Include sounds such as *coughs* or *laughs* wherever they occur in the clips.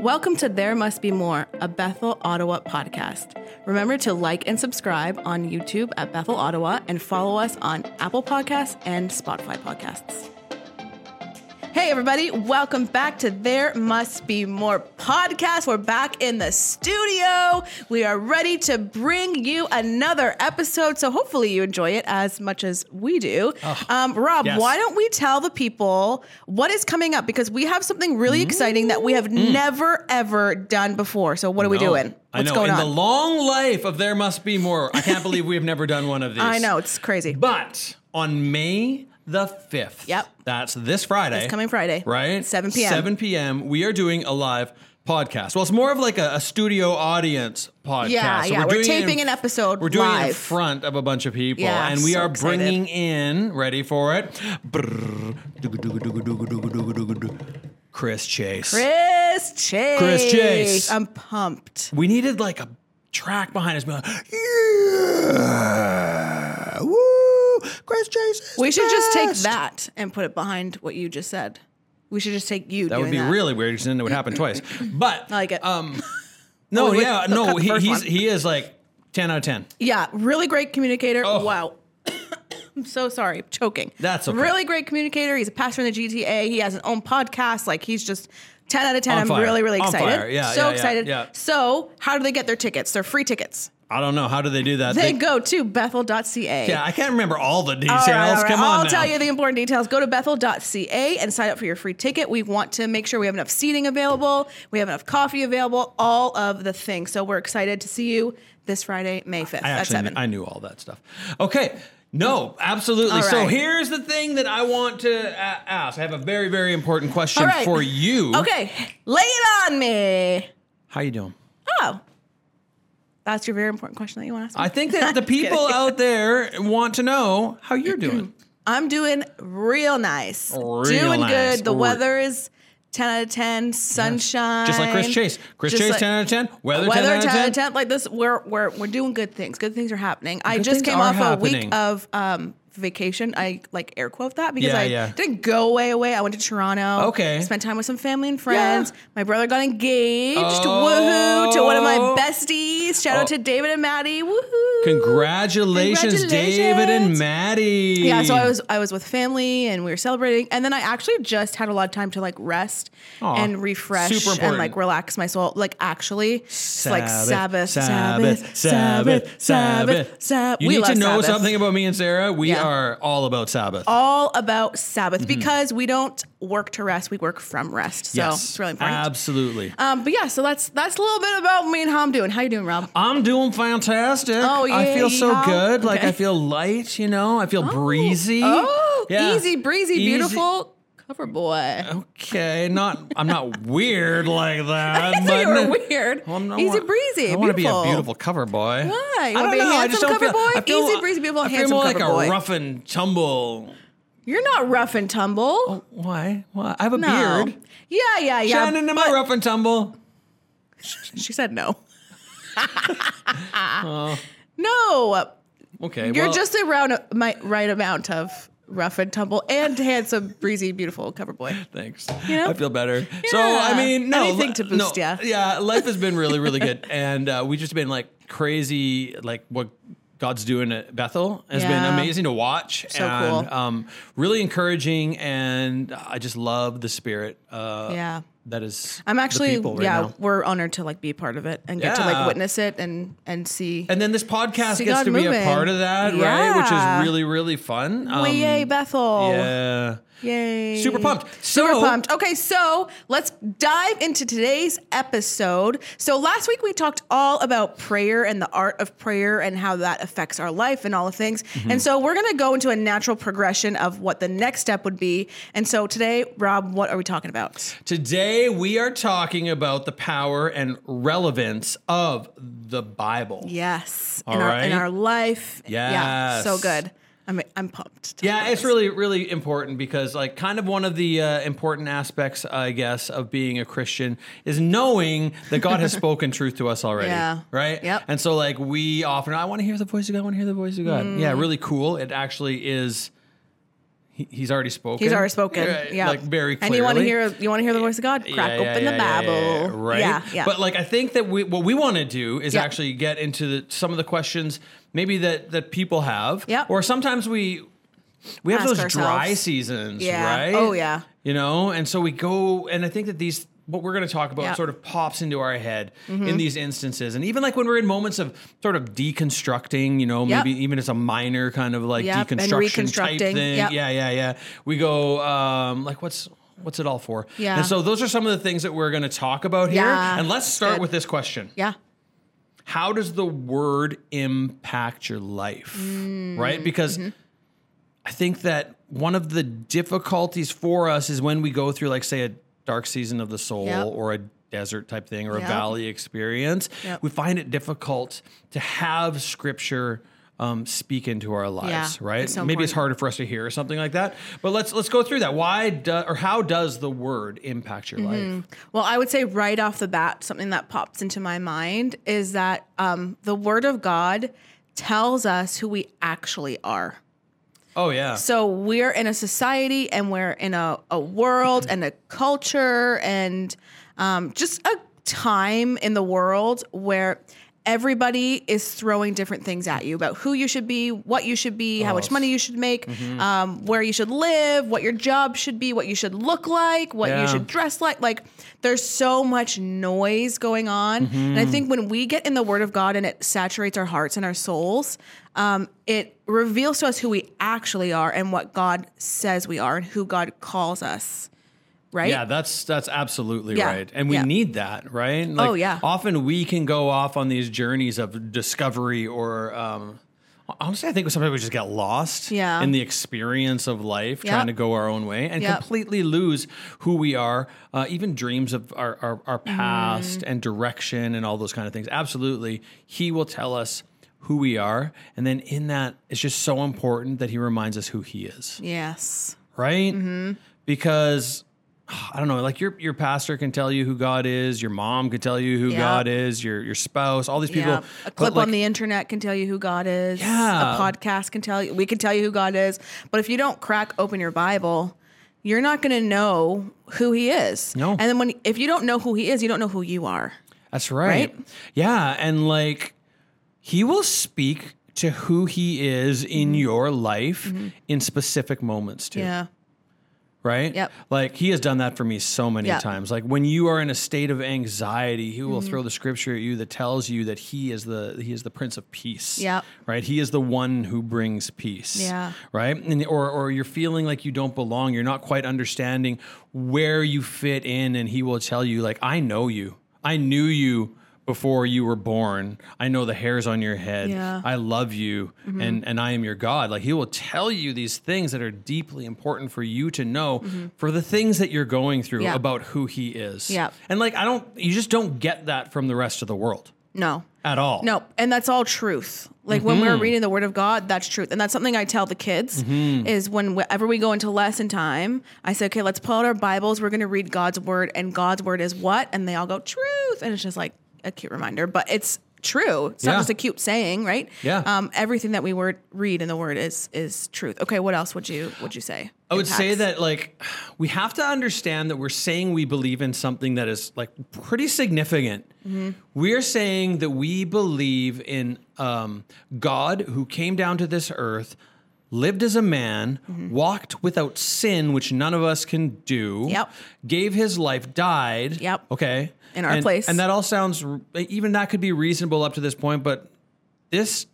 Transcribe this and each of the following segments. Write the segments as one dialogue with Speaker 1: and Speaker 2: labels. Speaker 1: Welcome to There Must Be More, a Bethel, Ottawa podcast. Remember to like and subscribe on YouTube at Bethel, Ottawa, and follow us on Apple Podcasts and Spotify Podcasts. Hey, everybody, welcome back to There Must Be More podcast. We're back in the studio. We are ready to bring you another episode. So, hopefully, you enjoy it as much as we do. um, Rob,
Speaker 2: yes.
Speaker 1: why don't we tell the people what is coming up? Because we have something really exciting that we have never, ever done before. So, what are we
Speaker 2: Mm. No.
Speaker 1: doing?
Speaker 2: I
Speaker 1: What's
Speaker 2: know.
Speaker 1: going
Speaker 2: In
Speaker 1: on?
Speaker 2: the long life of There Must Be More, I can't believe we've never done one of these.
Speaker 1: I know, it's crazy.
Speaker 2: But on May the 5th,
Speaker 1: Yep.
Speaker 2: that's this Friday.
Speaker 1: It's coming Friday.
Speaker 2: Right?
Speaker 1: 7 p.m.
Speaker 2: 7 p.m. We are doing a live podcast. Well, it's more of like a, a studio audience podcast.
Speaker 1: Yeah,
Speaker 2: So
Speaker 1: yeah. We're
Speaker 2: doing it
Speaker 1: taping an episode
Speaker 2: We're doing it in
Speaker 1: live.
Speaker 2: front of a bunch of people.
Speaker 1: Yeah,
Speaker 2: and we
Speaker 1: so
Speaker 2: are
Speaker 1: excited.
Speaker 2: bringing in, ready for it, Brrr. Dooga, dooga, dooga, dooga, dooga, dooga, dooga, dooga. Chris Chase.
Speaker 1: Chris Chase.
Speaker 2: Chase.
Speaker 1: I'm pumped.
Speaker 2: We needed like a track behind us. being Like, yeah, woo, Chris Chase. is
Speaker 1: We
Speaker 2: the
Speaker 1: should just take
Speaker 2: best."
Speaker 1: that and put it behind what you just said. We should just take you.
Speaker 2: That would be really weird because then it would happen twice. *laughs* But
Speaker 1: I like it. *laughs*
Speaker 2: Um, no,
Speaker 1: Oh, wait,
Speaker 2: yeah,
Speaker 1: cut
Speaker 2: no,
Speaker 1: the
Speaker 2: he,
Speaker 1: first
Speaker 2: he's
Speaker 1: one.
Speaker 2: he is like ten out of ten.
Speaker 1: Yeah, really great communicator.
Speaker 2: Oh.
Speaker 1: Wow. *coughs* I'm so sorry, choking.
Speaker 2: That's okay.
Speaker 1: Really great communicator. He's a pastor in the GTA. He has his own podcast. Like he's just 10 out of 10.
Speaker 2: On
Speaker 1: I'm
Speaker 2: fire.
Speaker 1: really, really
Speaker 2: On
Speaker 1: excited.
Speaker 2: fire. Yeah,
Speaker 1: so
Speaker 2: yeah, yeah,
Speaker 1: excited.
Speaker 2: yeah.
Speaker 1: So, how do they get their tickets? They're free tickets.
Speaker 2: I don't know how do they do that.
Speaker 1: They
Speaker 2: They-
Speaker 1: go to bethel.ca.
Speaker 2: yeah, I can't remember all the details.
Speaker 1: All right, all right.
Speaker 2: Come on,
Speaker 1: I'll
Speaker 2: now.
Speaker 1: tell you the important details. Go to bethel.ca and sign up for your free ticket. We want to make sure we have enough seating available, we have enough coffee available, all of the things. So we're excited to see you this Friday, May 5th
Speaker 2: I
Speaker 1: at
Speaker 2: actually
Speaker 1: 7.
Speaker 2: kn- I knew all that stuff. Okay. No, absolutely.
Speaker 1: All
Speaker 2: So
Speaker 1: right.
Speaker 2: here's the thing that I want to uh, ask. I have a very, very important question
Speaker 1: All right.
Speaker 2: for you.
Speaker 1: okay, lay it on me.
Speaker 2: How you doing?
Speaker 1: Oh, that's your very important question that you want to ask me.
Speaker 2: I
Speaker 1: *laughs*
Speaker 2: think that the people uh, out there want to know how you're doing.
Speaker 1: I'm doing real nice.
Speaker 2: Real
Speaker 1: doing
Speaker 2: nice.
Speaker 1: good. The
Speaker 2: Re-
Speaker 1: weather is 10 out of 10, sunshine.
Speaker 2: Just like Chris Chase. Chris
Speaker 1: Just
Speaker 2: Chase,
Speaker 1: like-
Speaker 2: 10 out of 10. Weather,
Speaker 1: Whether
Speaker 2: 10 out of 10.
Speaker 1: Like this, we're we're we're doing good things. Good things are happening. I
Speaker 2: Good
Speaker 1: just
Speaker 2: things
Speaker 1: came
Speaker 2: are
Speaker 1: off a
Speaker 2: happening.
Speaker 1: week of um vacation. I like air quote that because
Speaker 2: Yeah,
Speaker 1: I
Speaker 2: yeah.
Speaker 1: didn't go away away. I went to Toronto.
Speaker 2: Okay.
Speaker 1: spent time with some family and friends. My brother got engaged.
Speaker 2: Oh.
Speaker 1: Woohoo! To one of my besties. Shout out
Speaker 2: Oh.
Speaker 1: to David and Maddie. Woohoo!
Speaker 2: Congratulations, David and
Speaker 1: Congratulations.
Speaker 2: Maddie.
Speaker 1: Yeah, so I was I was with family and we were celebrating, and then I actually just had a lot of time to like rest
Speaker 2: Aw,
Speaker 1: and refresh
Speaker 2: super
Speaker 1: and
Speaker 2: important.
Speaker 1: like relax my soul. Like actually, it's like Sabbath, Sabbath,
Speaker 2: Sabbath, Sabbath, Sabbath, Sabbath,
Speaker 1: Sabbath.
Speaker 2: You
Speaker 1: We
Speaker 2: need to
Speaker 1: love
Speaker 2: know
Speaker 1: Sabbath.
Speaker 2: something about me and Sarah. We
Speaker 1: Yeah.
Speaker 2: are all about Sabbath.
Speaker 1: All about Sabbath
Speaker 2: Mm-hmm.
Speaker 1: because we don't work to rest; we work from rest. So
Speaker 2: yes,
Speaker 1: it's really important.
Speaker 2: Absolutely.
Speaker 1: um, but yeah, so that's that's a little bit about me and how I'm doing. How you doing, Rob?
Speaker 2: I'm doing fantastic.
Speaker 1: Oh,
Speaker 2: I
Speaker 1: yeah,
Speaker 2: feel so
Speaker 1: yeehaw.
Speaker 2: good. Like
Speaker 1: Okay.
Speaker 2: I feel light, you know. I feel breezy.
Speaker 1: Oh,
Speaker 2: Yeah.
Speaker 1: easy breezy,
Speaker 2: Easy-
Speaker 1: beautiful cover boy. *laughs*
Speaker 2: Okay, not I'm not weird like
Speaker 1: *laughs*
Speaker 2: that.
Speaker 1: I
Speaker 2: but
Speaker 1: thought you were
Speaker 2: no-
Speaker 1: weird.
Speaker 2: Well, I'm not-
Speaker 1: Easy
Speaker 2: I
Speaker 1: breezy.
Speaker 2: I
Speaker 1: want to
Speaker 2: be a beautiful cover boy.
Speaker 1: Why?
Speaker 2: I
Speaker 1: You wanna
Speaker 2: don't
Speaker 1: be a
Speaker 2: know. I
Speaker 1: handsome
Speaker 2: just don't
Speaker 1: cover
Speaker 2: feel,
Speaker 1: boy?
Speaker 2: I feel,
Speaker 1: Easy breezy, beautiful,
Speaker 2: I feel
Speaker 1: handsome
Speaker 2: more like
Speaker 1: cover
Speaker 2: a
Speaker 1: boy.
Speaker 2: rough and tumble.
Speaker 1: You're not rough and tumble.
Speaker 2: Oh, Why? Why? I have a
Speaker 1: no.
Speaker 2: beard.
Speaker 1: Yeah, yeah, yeah.
Speaker 2: Shannon, am
Speaker 1: but-
Speaker 2: I rough and tumble?
Speaker 1: She said
Speaker 2: *laughs*
Speaker 1: no. no,
Speaker 2: Okay.
Speaker 1: you're
Speaker 2: Uh. well,
Speaker 1: just around my right amount of rough and tumble and handsome, breezy, beautiful cover boy.
Speaker 2: Thanks.
Speaker 1: know?
Speaker 2: I feel better. So
Speaker 1: Yeah.
Speaker 2: I mean, no,
Speaker 1: Anything to
Speaker 2: no,
Speaker 1: boost ya.
Speaker 2: Yeah, life has been really, really
Speaker 1: *laughs*
Speaker 2: good, and uh, we just been like crazy, like what God's doing at Bethel has
Speaker 1: Yeah.
Speaker 2: been amazing to watch,
Speaker 1: So
Speaker 2: and
Speaker 1: cool.
Speaker 2: um, really encouraging, and I just love the spirit. Uh,
Speaker 1: Yeah.
Speaker 2: that is.
Speaker 1: I'm
Speaker 2: the
Speaker 1: actually,
Speaker 2: people right
Speaker 1: yeah,
Speaker 2: now.
Speaker 1: we're honored to like be a part of it and get to like
Speaker 2: Yeah.
Speaker 1: witness it and and see.
Speaker 2: And then this podcast
Speaker 1: See
Speaker 2: gets
Speaker 1: God
Speaker 2: to be
Speaker 1: moving.
Speaker 2: a part of that, right? Which
Speaker 1: Yeah.
Speaker 2: is really, really fun. Um,
Speaker 1: Well, yay, Bethel!
Speaker 2: Yeah.
Speaker 1: Yay.
Speaker 2: Super pumped.
Speaker 1: Super
Speaker 2: So-
Speaker 1: pumped. Okay, so let's dive into today's episode. So last week we talked all about prayer and the art of prayer and how that affects our life and all of things.
Speaker 2: Mm-hmm.
Speaker 1: And so we're going to go into a natural progression of what the next step would be. And so today, Rob, what are we talking about?
Speaker 2: Today, we are talking about the power and relevance of the Bible.
Speaker 1: Yes.
Speaker 2: All
Speaker 1: in, our, in
Speaker 2: right.
Speaker 1: our life. Yeah.
Speaker 2: Yes.
Speaker 1: So good. I'm, I'm pumped. to
Speaker 2: Yeah,
Speaker 1: talk
Speaker 2: it's
Speaker 1: about
Speaker 2: really, really important because, like, kind of one of the uh, important aspects, I guess, of being a Christian is knowing that
Speaker 1: *laughs*
Speaker 2: God has spoken truth to us already.
Speaker 1: Yeah.
Speaker 2: Right?
Speaker 1: Yep.
Speaker 2: And so, like, we
Speaker 1: Mm.
Speaker 2: often, I want to hear the voice of God, I want to hear the voice of God. Yeah, really cool. It actually is he, he's already spoken.
Speaker 1: He's already spoken.
Speaker 2: Right,
Speaker 1: Yeah,
Speaker 2: like very
Speaker 1: And
Speaker 2: clearly.
Speaker 1: you want to hear you want to hear the voice of God? Crack
Speaker 2: Yeah, yeah,
Speaker 1: open the
Speaker 2: yeah, yeah,
Speaker 1: Bible.
Speaker 2: yeah, yeah, right?
Speaker 1: Yeah, yeah.
Speaker 2: But like, I think that we what we want to do is
Speaker 1: Yeah.
Speaker 2: actually get into the, some of the questions maybe that that people have.
Speaker 1: Yeah.
Speaker 2: Or sometimes we we have
Speaker 1: Ask
Speaker 2: those dry
Speaker 1: ourselves.
Speaker 2: seasons,
Speaker 1: Yeah.
Speaker 2: right?
Speaker 1: Oh, yeah.
Speaker 2: You know, and so we go, and I think that these what we're going to talk about
Speaker 1: Yeah. Mm-hmm.
Speaker 2: sort of pops into our head in these instances, and even like when we're in moments of sort of deconstructing, you know,
Speaker 1: Yep.
Speaker 2: maybe even it's a minor kind of like
Speaker 1: Yep, and
Speaker 2: deconstruction type
Speaker 1: reconstructing.
Speaker 2: thing.
Speaker 1: Yep.
Speaker 2: Yeah, yeah, yeah. We go um, like what's what's it all for?
Speaker 1: Yeah.
Speaker 2: And so those are some of the things that we're going to talk about here.
Speaker 1: Yeah,
Speaker 2: and let's
Speaker 1: that's
Speaker 2: start
Speaker 1: good.
Speaker 2: with this question.
Speaker 1: yeah.
Speaker 2: How does the word impact your life?
Speaker 1: Mm,
Speaker 2: Right? Because
Speaker 1: mm-hmm.
Speaker 2: I think that one of the difficulties for us is when we go through like say a dark season of the soul
Speaker 1: Yep.
Speaker 2: or a desert type thing or
Speaker 1: Yep.
Speaker 2: a valley experience,
Speaker 1: Yep.
Speaker 2: we find it difficult to have scripture um, speak into our lives,
Speaker 1: Yeah,
Speaker 2: right?
Speaker 1: it's so
Speaker 2: Maybe it's
Speaker 1: important.
Speaker 2: hard harder for us to hear or something like that. But let's let's go through that. Why do, or how does the word impact your
Speaker 1: Mm-hmm.
Speaker 2: life?
Speaker 1: Well, I would say right off the bat, something that pops into my mind is that um, the Word of God tells us who we actually are.
Speaker 2: Oh yeah.
Speaker 1: So we're in a society and we're in a, a world and a culture and um, just a time in the world where everybody is throwing different things at you about who you should be, what you should be, how much
Speaker 2: Oh.
Speaker 1: money you should make,
Speaker 2: Mm-hmm.
Speaker 1: um, where you should live, what your job should be, what you should look like, what
Speaker 2: Yeah.
Speaker 1: you should dress like. Like there's so much noise going on.
Speaker 2: Mm-hmm.
Speaker 1: And I think when we get in the word of God and it saturates our hearts and our souls, um, it reveals to us who we actually are and what God says we are and who God calls us. Right?
Speaker 2: Yeah, that's that's absolutely
Speaker 1: Yeah,
Speaker 2: right. And we
Speaker 1: yeah.
Speaker 2: need that, right? Like,
Speaker 1: Oh, yeah.
Speaker 2: Often we can go off on these journeys of discovery or um honestly I think sometimes we just get lost
Speaker 1: Yeah.
Speaker 2: in the experience of life,
Speaker 1: Yep.
Speaker 2: trying to go our own way and
Speaker 1: Yep.
Speaker 2: completely lose who we are, uh, even dreams of our, our, our past
Speaker 1: Mm-hmm.
Speaker 2: and direction and all those kind of things. Absolutely. He will tell us who we are. And then in that, it's just so important that he reminds us who he is
Speaker 1: Yes.
Speaker 2: right?
Speaker 1: Mm-hmm.
Speaker 2: Because I don't know, like your your pastor can tell you who God is, your mom could tell you who
Speaker 1: Yeah.
Speaker 2: God is, your your spouse, all these people.
Speaker 1: yeah. A
Speaker 2: but,
Speaker 1: clip
Speaker 2: like,
Speaker 1: on the internet can tell you who God is.
Speaker 2: Yeah.
Speaker 1: A podcast can tell you, we can tell you who God is. But if you don't crack open your Bible, you're not going to know who he is.
Speaker 2: No.
Speaker 1: And then when, if you don't know who he is, you don't know who you are.
Speaker 2: That's right.
Speaker 1: Right?
Speaker 2: Yeah, and like he will speak to who he is in your life in specific moments too.
Speaker 1: Mm-hmm. Yeah.
Speaker 2: right?
Speaker 1: Yep.
Speaker 2: Like he has done that for me so many
Speaker 1: Yeah.
Speaker 2: times. Like when you are in a state of anxiety, he
Speaker 1: Mm-hmm.
Speaker 2: will throw the scripture at you that tells you that he is the he is the prince of peace.
Speaker 1: Yep.
Speaker 2: Right? He is the one who brings peace.
Speaker 1: Yeah.
Speaker 2: Right? And or or you're feeling like you don't belong, you're not quite understanding where you fit in and he will tell you like I know you. I knew you before you were born. I know the hairs on your head.
Speaker 1: Yeah.
Speaker 2: I love you
Speaker 1: Mm-hmm.
Speaker 2: and and I am your God. Like he will tell you these things that are deeply important for you to know for the things that you're going through
Speaker 1: Mm-hmm. Yeah.
Speaker 2: about who he is.
Speaker 1: Yeah.
Speaker 2: And like I don't you just don't get that from the rest of the world
Speaker 1: No.
Speaker 2: at all.
Speaker 1: No, and that's all truth. Like when
Speaker 2: Mm-hmm.
Speaker 1: we're reading the Word of God, that's truth, and that's something I tell the kids
Speaker 2: Mm-hmm.
Speaker 1: is whenever we go into lesson time, I say, okay, let's pull out our Bibles. We're going to read God's Word, and God's Word is what, and they all go truth, and it's just like a cute reminder, but it's true. It's
Speaker 2: Yeah.
Speaker 1: not just a cute saying, right?
Speaker 2: Yeah.
Speaker 1: Um, everything that we word read in the Word is is truth. Okay, what else would you would you say?
Speaker 2: I would say
Speaker 1: impacts?
Speaker 2: that like we have to understand that we're saying we believe in something that is like pretty significant.
Speaker 1: Mm-hmm.
Speaker 2: We're saying that we believe in um, God who came down to this earth, lived as a man,
Speaker 1: Mm-hmm.
Speaker 2: walked without sin, which none of us can do.
Speaker 1: Yep.
Speaker 2: Gave his life, died.
Speaker 1: Yep.
Speaker 2: Okay.
Speaker 1: In our
Speaker 2: And-
Speaker 1: place.
Speaker 2: And that all sounds r- even that could be reasonable up to this point, but this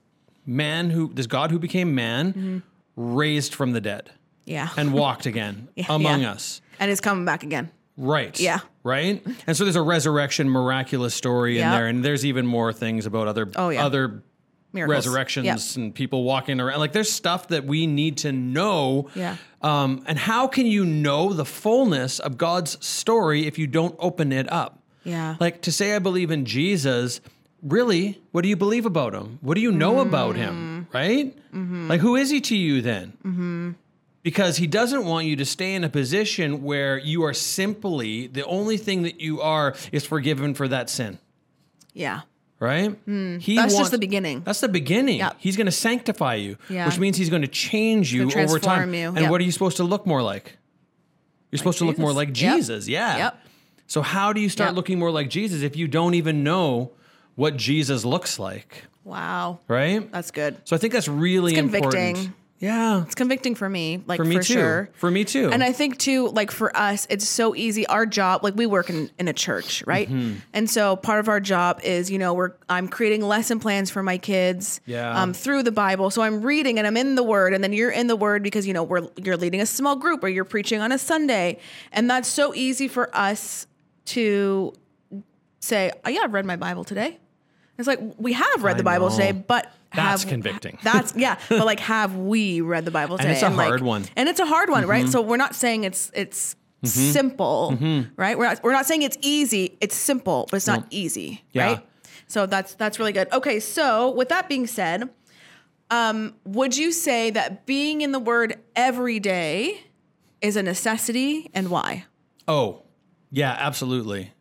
Speaker 2: man who this God who became man
Speaker 1: Mm-hmm.
Speaker 2: raised from the dead
Speaker 1: yeah, and,
Speaker 2: and walked again
Speaker 1: *laughs*
Speaker 2: among
Speaker 1: yeah.
Speaker 2: us.
Speaker 1: it's coming back again.
Speaker 2: Right.
Speaker 1: Yeah.
Speaker 2: Right. And so there's a resurrection miraculous story in
Speaker 1: Yeah.
Speaker 2: there, and there's even more things about other
Speaker 1: Oh, yeah.
Speaker 2: other
Speaker 1: Miracles.
Speaker 2: resurrections
Speaker 1: Yep.
Speaker 2: and people walking around. Like there's stuff that we need to know.
Speaker 1: Yeah.
Speaker 2: Um, and how can you know the fullness of God's story if you don't open it up?
Speaker 1: Yeah.
Speaker 2: Like to say I believe in Jesus, really, what do you believe about him? What do you know about him? Right? Like who is he to you then? Because he doesn't want you to stay in a position where you are simply the only thing that you are is forgiven for that sin.
Speaker 1: yeah.
Speaker 2: right? He
Speaker 1: Hmm. That's just the beginning.
Speaker 2: That's the beginning.
Speaker 1: Yep.
Speaker 2: He's going to sanctify you,
Speaker 1: Yeah.
Speaker 2: which means he's going to change you
Speaker 1: He'll
Speaker 2: over
Speaker 1: transform
Speaker 2: time.
Speaker 1: you.
Speaker 2: And
Speaker 1: Yep.
Speaker 2: what are you supposed to look more like? You're supposed to look more
Speaker 1: Jesus.
Speaker 2: like
Speaker 1: Yep.
Speaker 2: Jesus. Yeah.
Speaker 1: Yep.
Speaker 2: So how do you start
Speaker 1: Yep.
Speaker 2: looking more like Jesus if you don't even know what Jesus looks like,
Speaker 1: Wow.
Speaker 2: right?
Speaker 1: That's good.
Speaker 2: so I think that's really
Speaker 1: Uh, It's
Speaker 2: important.
Speaker 1: convicting.
Speaker 2: Yeah.
Speaker 1: It's convicting for me, like
Speaker 2: For me too.
Speaker 1: sure.
Speaker 2: For me too.
Speaker 1: And I think too, like for us, it's so easy. Our job, like we work in, in a church, right?
Speaker 2: Mm-hmm.
Speaker 1: And so part of our job is, you know, we're I'm creating lesson plans for my kids
Speaker 2: Yeah.
Speaker 1: um, through the Bible. So I'm reading and I'm in the Word, and then you're in the Word because you know we're you're leading a small group or you're preaching on a Sunday, and that's so easy for us to say, oh, yeah, I've read my Bible today. It's like we have read
Speaker 2: I
Speaker 1: the Bible
Speaker 2: know.
Speaker 1: today, but
Speaker 2: That's
Speaker 1: have-
Speaker 2: convicting.
Speaker 1: That's yeah, but like, have we read the Bible today?
Speaker 2: it's a
Speaker 1: like,
Speaker 2: hard one. Mm-hmm.
Speaker 1: and it's a hard one, right? So we're not saying it's it's simple, right? We're not we're not saying it's easy. It's simple, but it's not easy,
Speaker 2: Yeah.
Speaker 1: right? So that's that's really good. Okay, so with that being said, um, would you say that being in the Word every day is a necessity, and why?
Speaker 2: Oh, yeah, absolutely.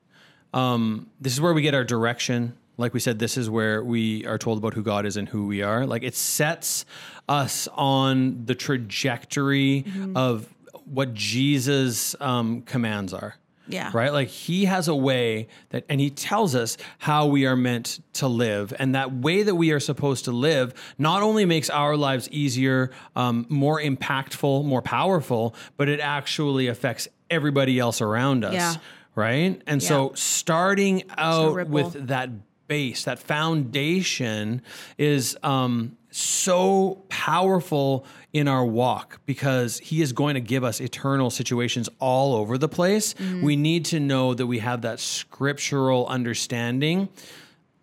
Speaker 2: Um, this is where we get our direction. Like we said, this is where we are told about who God is and who we are. Like it sets us on the trajectory of what Jesus um, commands are.
Speaker 1: Yeah.
Speaker 2: Right? Like he has a way that, and he tells us how we are meant to live. And that way that we are supposed to live not only makes our lives easier, um, more impactful, more powerful, but it actually affects everybody else around us.
Speaker 1: Yeah.
Speaker 2: Right? And so starting out
Speaker 1: ripple.
Speaker 2: with that base, that foundation is um, so powerful in our walk because He is going to give us eternal situations all over the place. We need to know that we have that scriptural understanding.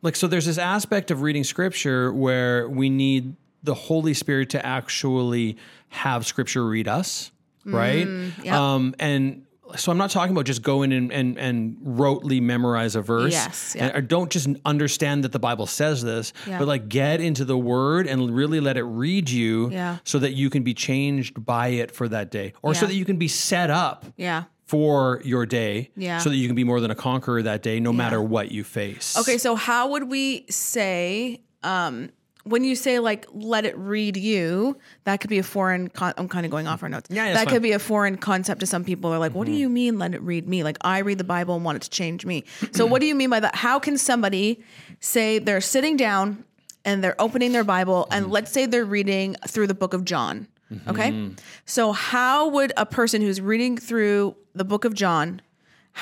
Speaker 2: Like, so there's this aspect of reading scripture where we need the Holy Spirit to actually have scripture read us,
Speaker 1: Mm,
Speaker 2: right?
Speaker 1: yeah.
Speaker 2: Um, and so I'm not talking about just go in and and, and rotely memorize a verse.
Speaker 1: Yes, yeah.
Speaker 2: And- or don't just understand that the Bible says this,
Speaker 1: Yeah.
Speaker 2: but like get into the word and really let it read you
Speaker 1: Yeah.
Speaker 2: so that you can be changed by it for that day or so
Speaker 1: Yeah.
Speaker 2: that you can be set up
Speaker 1: Yeah.
Speaker 2: for your day
Speaker 1: Yeah.
Speaker 2: so that you can be more than a conqueror that day no matter what you face.
Speaker 1: Okay, so how would we say um, when you say like "let it read you"? That could be a foreign. Con- I'm kind of going off our notes.
Speaker 2: Yeah, yeah, it's
Speaker 1: that
Speaker 2: fine. Mm-hmm.
Speaker 1: could be a foreign concept to some people. They're like, "What do you mean, let it read me?" Like I read the Bible and want it to change me. So what do you mean by that? How can somebody say they're sitting down and they're opening their Bible
Speaker 2: Mm-hmm.
Speaker 1: and let's say they're reading through the Book of John? Okay, so how would a person who's reading through the Book of John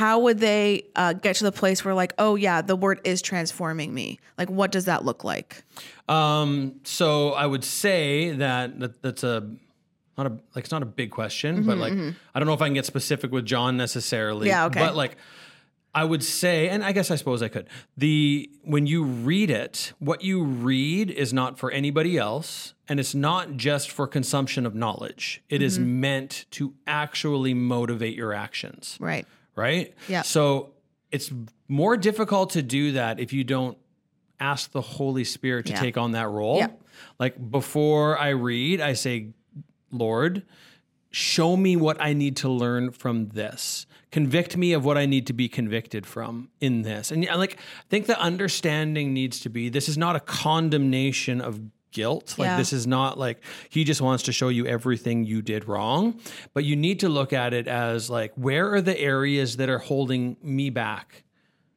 Speaker 1: how would they uh, get to the place where like oh yeah the word is transforming me like what does that look like
Speaker 2: Um, so I would say that, that that's a not a like it's not a big question, but like I don't know if I can get specific with John necessarily.
Speaker 1: Mm-hmm, Yeah, okay.
Speaker 2: But like I would say, and I guess I suppose I could. The when you read it, what you read is not for anybody else, and it's not just for consumption of knowledge. It is
Speaker 1: Mm-hmm.
Speaker 2: meant to actually motivate your actions
Speaker 1: right
Speaker 2: right?
Speaker 1: Yeah.
Speaker 2: So it's more difficult to do that if you don't ask the Holy Spirit to
Speaker 1: Yeah.
Speaker 2: take on that role.
Speaker 1: Yeah.
Speaker 2: Like before I read, I say, Lord, show me what I need to learn from this. Convict me of what I need to be convicted from in this. And yeah, like I think the understanding needs to be this is not a condemnation of guilt. Like
Speaker 1: Yeah.
Speaker 2: this is not like he just wants to show you everything you did wrong, but you need to look at it as like where are the areas that are holding me back?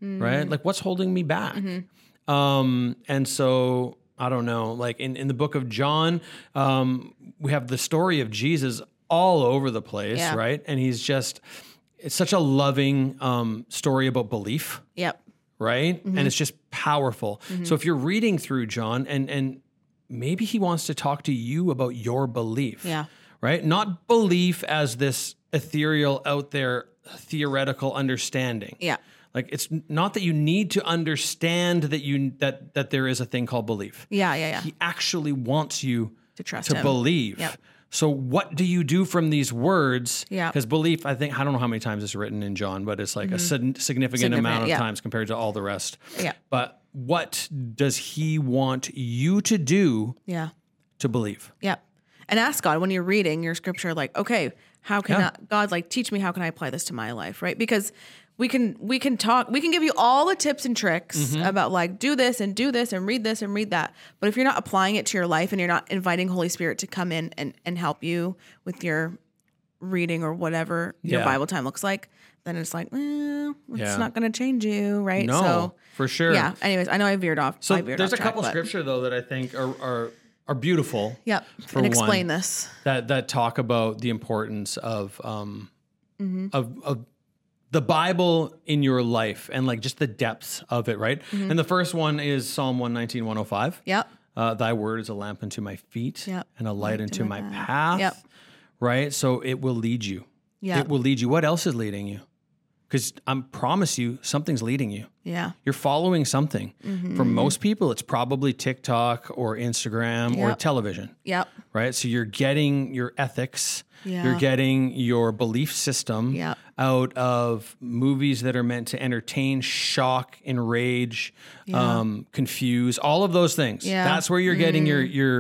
Speaker 2: Right? Like what's holding me back? Um, and so I don't know, like in, in the book of John, um, we have the story of Jesus all over the place,
Speaker 1: Yeah.
Speaker 2: right? And he's just, it's such a loving um, story about belief,
Speaker 1: yep
Speaker 2: right?
Speaker 1: Mm-hmm.
Speaker 2: And it's just powerful. So if you're reading through John and, and maybe he wants to talk to you about your belief,
Speaker 1: Yeah.
Speaker 2: right? Not belief as this ethereal out there theoretical understanding
Speaker 1: yeah
Speaker 2: like it's n- not that you need to understand that you that that there is a thing called belief
Speaker 1: yeah yeah yeah
Speaker 2: he actually wants you
Speaker 1: to trust
Speaker 2: to
Speaker 1: him
Speaker 2: believe
Speaker 1: Yep.
Speaker 2: so what do you do from these words
Speaker 1: Yeah.
Speaker 2: because belief i think i don't know how many times it's written in john but it's like a sin- significant, amount of
Speaker 1: Mm-hmm. yeah.
Speaker 2: times compared to all the rest
Speaker 1: Yeah.
Speaker 2: but what does he want you to do
Speaker 1: yeah
Speaker 2: to believe
Speaker 1: yep and ask god when you're reading your scripture like okay how can
Speaker 2: Yeah.
Speaker 1: I, god like teach me how can i apply this to my life right because we can we can talk we can give you all the tips and tricks
Speaker 2: Mm-hmm.
Speaker 1: about like do this and do this and read this and read that but if you're not applying it to your life and you're not inviting holy spirit to come in and and help you with your reading or whatever your
Speaker 2: Yeah.
Speaker 1: bible time looks like then it's like eh, it's
Speaker 2: Yeah.
Speaker 1: not going to change you right
Speaker 2: No, for sure.
Speaker 1: yeah anyways i know i veered off
Speaker 2: So
Speaker 1: I veered
Speaker 2: there's
Speaker 1: off
Speaker 2: a
Speaker 1: track,
Speaker 2: couple
Speaker 1: but-
Speaker 2: scripture though that I think are are, are beautiful.
Speaker 1: yep
Speaker 2: For
Speaker 1: and explain
Speaker 2: one.
Speaker 1: this
Speaker 2: that that talk about the importance of um
Speaker 1: Mm-hmm.
Speaker 2: of of the Bible in your life and like just the depths of it, right? And the first one is Psalm 119, 105.
Speaker 1: Mm-hmm. yep
Speaker 2: Uh, Thy word is a lamp unto my feet
Speaker 1: Yep.
Speaker 2: and a light unto my path.
Speaker 1: Yep.
Speaker 2: Right? So it will lead you.
Speaker 1: Yep.
Speaker 2: It will lead you. What else is leading you? Because I promise you, something's leading you
Speaker 1: yeah
Speaker 2: you're following something.
Speaker 1: Mm-hmm.
Speaker 2: For most people, it's probably TikTok or Instagram or
Speaker 1: Yep.
Speaker 2: television,
Speaker 1: yep
Speaker 2: right? So you're getting your ethics,
Speaker 1: Yeah.
Speaker 2: you're getting your belief system
Speaker 1: Yep.
Speaker 2: out of movies that are meant to entertain, shock, enrage, um, confuse, all of those things.
Speaker 1: Yeah.
Speaker 2: That's where you're getting your your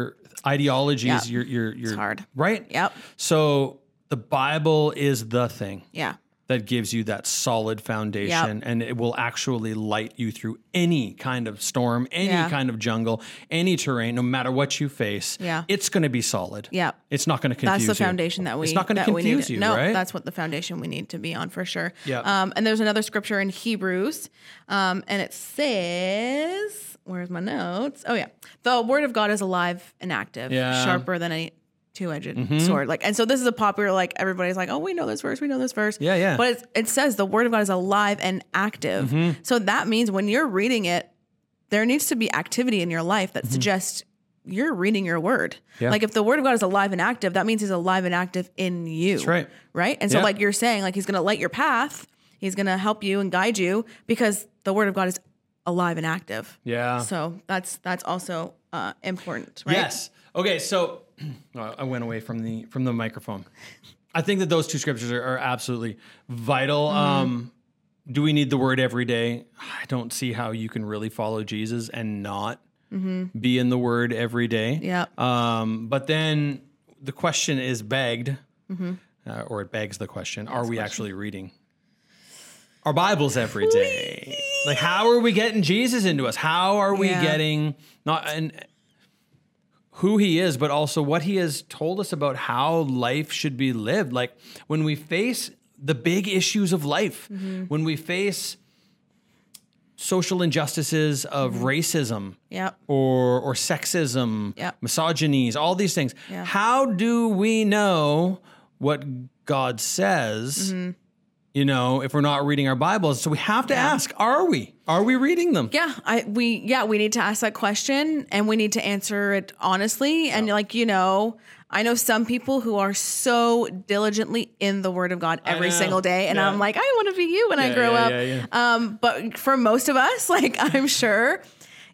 Speaker 1: Yep.
Speaker 2: ideologies, your your your
Speaker 1: hard.
Speaker 2: right?
Speaker 1: Yep.
Speaker 2: So the Bible is the thing
Speaker 1: yeah
Speaker 2: that gives you that solid foundation and it will actually light you through any kind of storm, any
Speaker 1: Yeah.
Speaker 2: kind of jungle, any terrain, no matter what you face.
Speaker 1: Yeah.
Speaker 2: It's going to be solid.
Speaker 1: Yep.
Speaker 2: It's not going to
Speaker 1: that's
Speaker 2: confuse
Speaker 1: the
Speaker 2: you.
Speaker 1: foundation that we
Speaker 2: It's not going to
Speaker 1: that we
Speaker 2: confuse
Speaker 1: need.
Speaker 2: you,
Speaker 1: no,
Speaker 2: right?
Speaker 1: that's what the foundation we need to be on for sure.
Speaker 2: Yeah.
Speaker 1: Um, and there's another scripture in Hebrews, um, and it says, "Where's my notes? Oh yeah, the word of God is alive and active,
Speaker 2: Yeah. Mm-hmm.
Speaker 1: sharper than any two-edged sword." Like, and so this is a popular like everybody's like, "Oh, we know this verse. We know this verse."
Speaker 2: Yeah, yeah.
Speaker 1: But it's, it says the word of God is alive and active,
Speaker 2: Mm-hmm.
Speaker 1: so that means when you're reading it, there needs to be activity in your life that suggests you're reading your word.
Speaker 2: Mm-hmm. Yeah.
Speaker 1: Like if the word of God is alive and active, that means he's alive and active in you. That's
Speaker 2: right.
Speaker 1: Right? And so
Speaker 2: Yeah.
Speaker 1: like you're saying, like he's gonna light your path, he's gonna help you and guide you because the word of God is alive and active.
Speaker 2: yeah.
Speaker 1: So that's that's also uh important, right?
Speaker 2: Yes. Okay. So *clears throat* Oh, I went away from the from the microphone. I think that those two scriptures are, are absolutely vital. Um, do we need the word every day? I don't see how you can really follow Jesus and not be in the word every day.
Speaker 1: Yep.
Speaker 2: Um, but then the question is begged, uh, or it begs the question: Are we actually reading our Bibles every day? Like, how are we getting Jesus into us? How are we
Speaker 1: Yeah.
Speaker 2: getting not and who he is, but also what he has told us about how life should be lived? Like when we face the big issues of life, when we face social injustices of racism,
Speaker 1: Yep.
Speaker 2: or or sexism,
Speaker 1: Yep.
Speaker 2: misogynies, all these things.
Speaker 1: Yeah.
Speaker 2: How do we know what God says?
Speaker 1: Mm-hmm.
Speaker 2: You know, if we're not reading our Bibles, so we have to ask: Are we? Are we reading them?
Speaker 1: Yeah, I we yeah, we need to ask that question and we need to answer it honestly and like you know, I know some people who are so diligently in the word of God every
Speaker 2: know.
Speaker 1: single day and
Speaker 2: Yeah.
Speaker 1: I'm like I want to be you when I
Speaker 2: Yeah,
Speaker 1: grow
Speaker 2: yeah,
Speaker 1: up.
Speaker 2: yeah, yeah.
Speaker 1: Um but for most of us, *laughs* like I'm sure,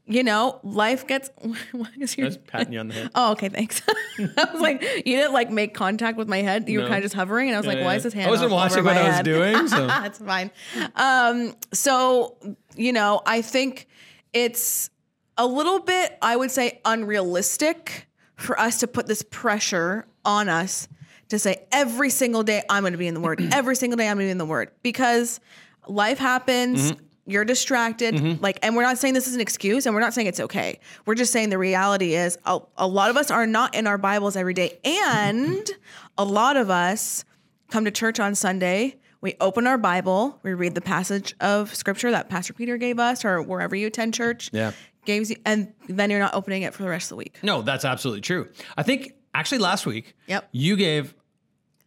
Speaker 1: you know, life gets *laughs* why is your
Speaker 2: patting you on the head.
Speaker 1: *laughs* Oh, okay, thanks. *laughs* I was like, you didn't like make contact with my head. You were
Speaker 2: No.
Speaker 1: kind of just hovering, and I was like,
Speaker 2: yeah,
Speaker 1: why
Speaker 2: yeah.
Speaker 1: is his hand?
Speaker 2: I wasn't
Speaker 1: all over
Speaker 2: watching what
Speaker 1: my
Speaker 2: I was
Speaker 1: head? *laughs*
Speaker 2: doing, so-
Speaker 1: That's fine. Um, so you know, I think it's a little bit, I would say, unrealistic for us to put this pressure on us to say every single day I'm going to be in the Word. every single day I'm going to be in the Word because life happens. You're distracted, like, and we're not saying this is an excuse, and we're not saying it's okay. We're just saying the reality is a, a lot of us are not in our Bibles every day, and a lot of us come to church on Sunday. We open our Bible, we read the passage of scripture that Pastor Peter gave us, or wherever you attend church.
Speaker 2: Yeah.
Speaker 1: Gives you, and then you're not opening it for the rest of the week.
Speaker 2: No, that's absolutely true. I think actually last week,
Speaker 1: Yep.
Speaker 2: you gave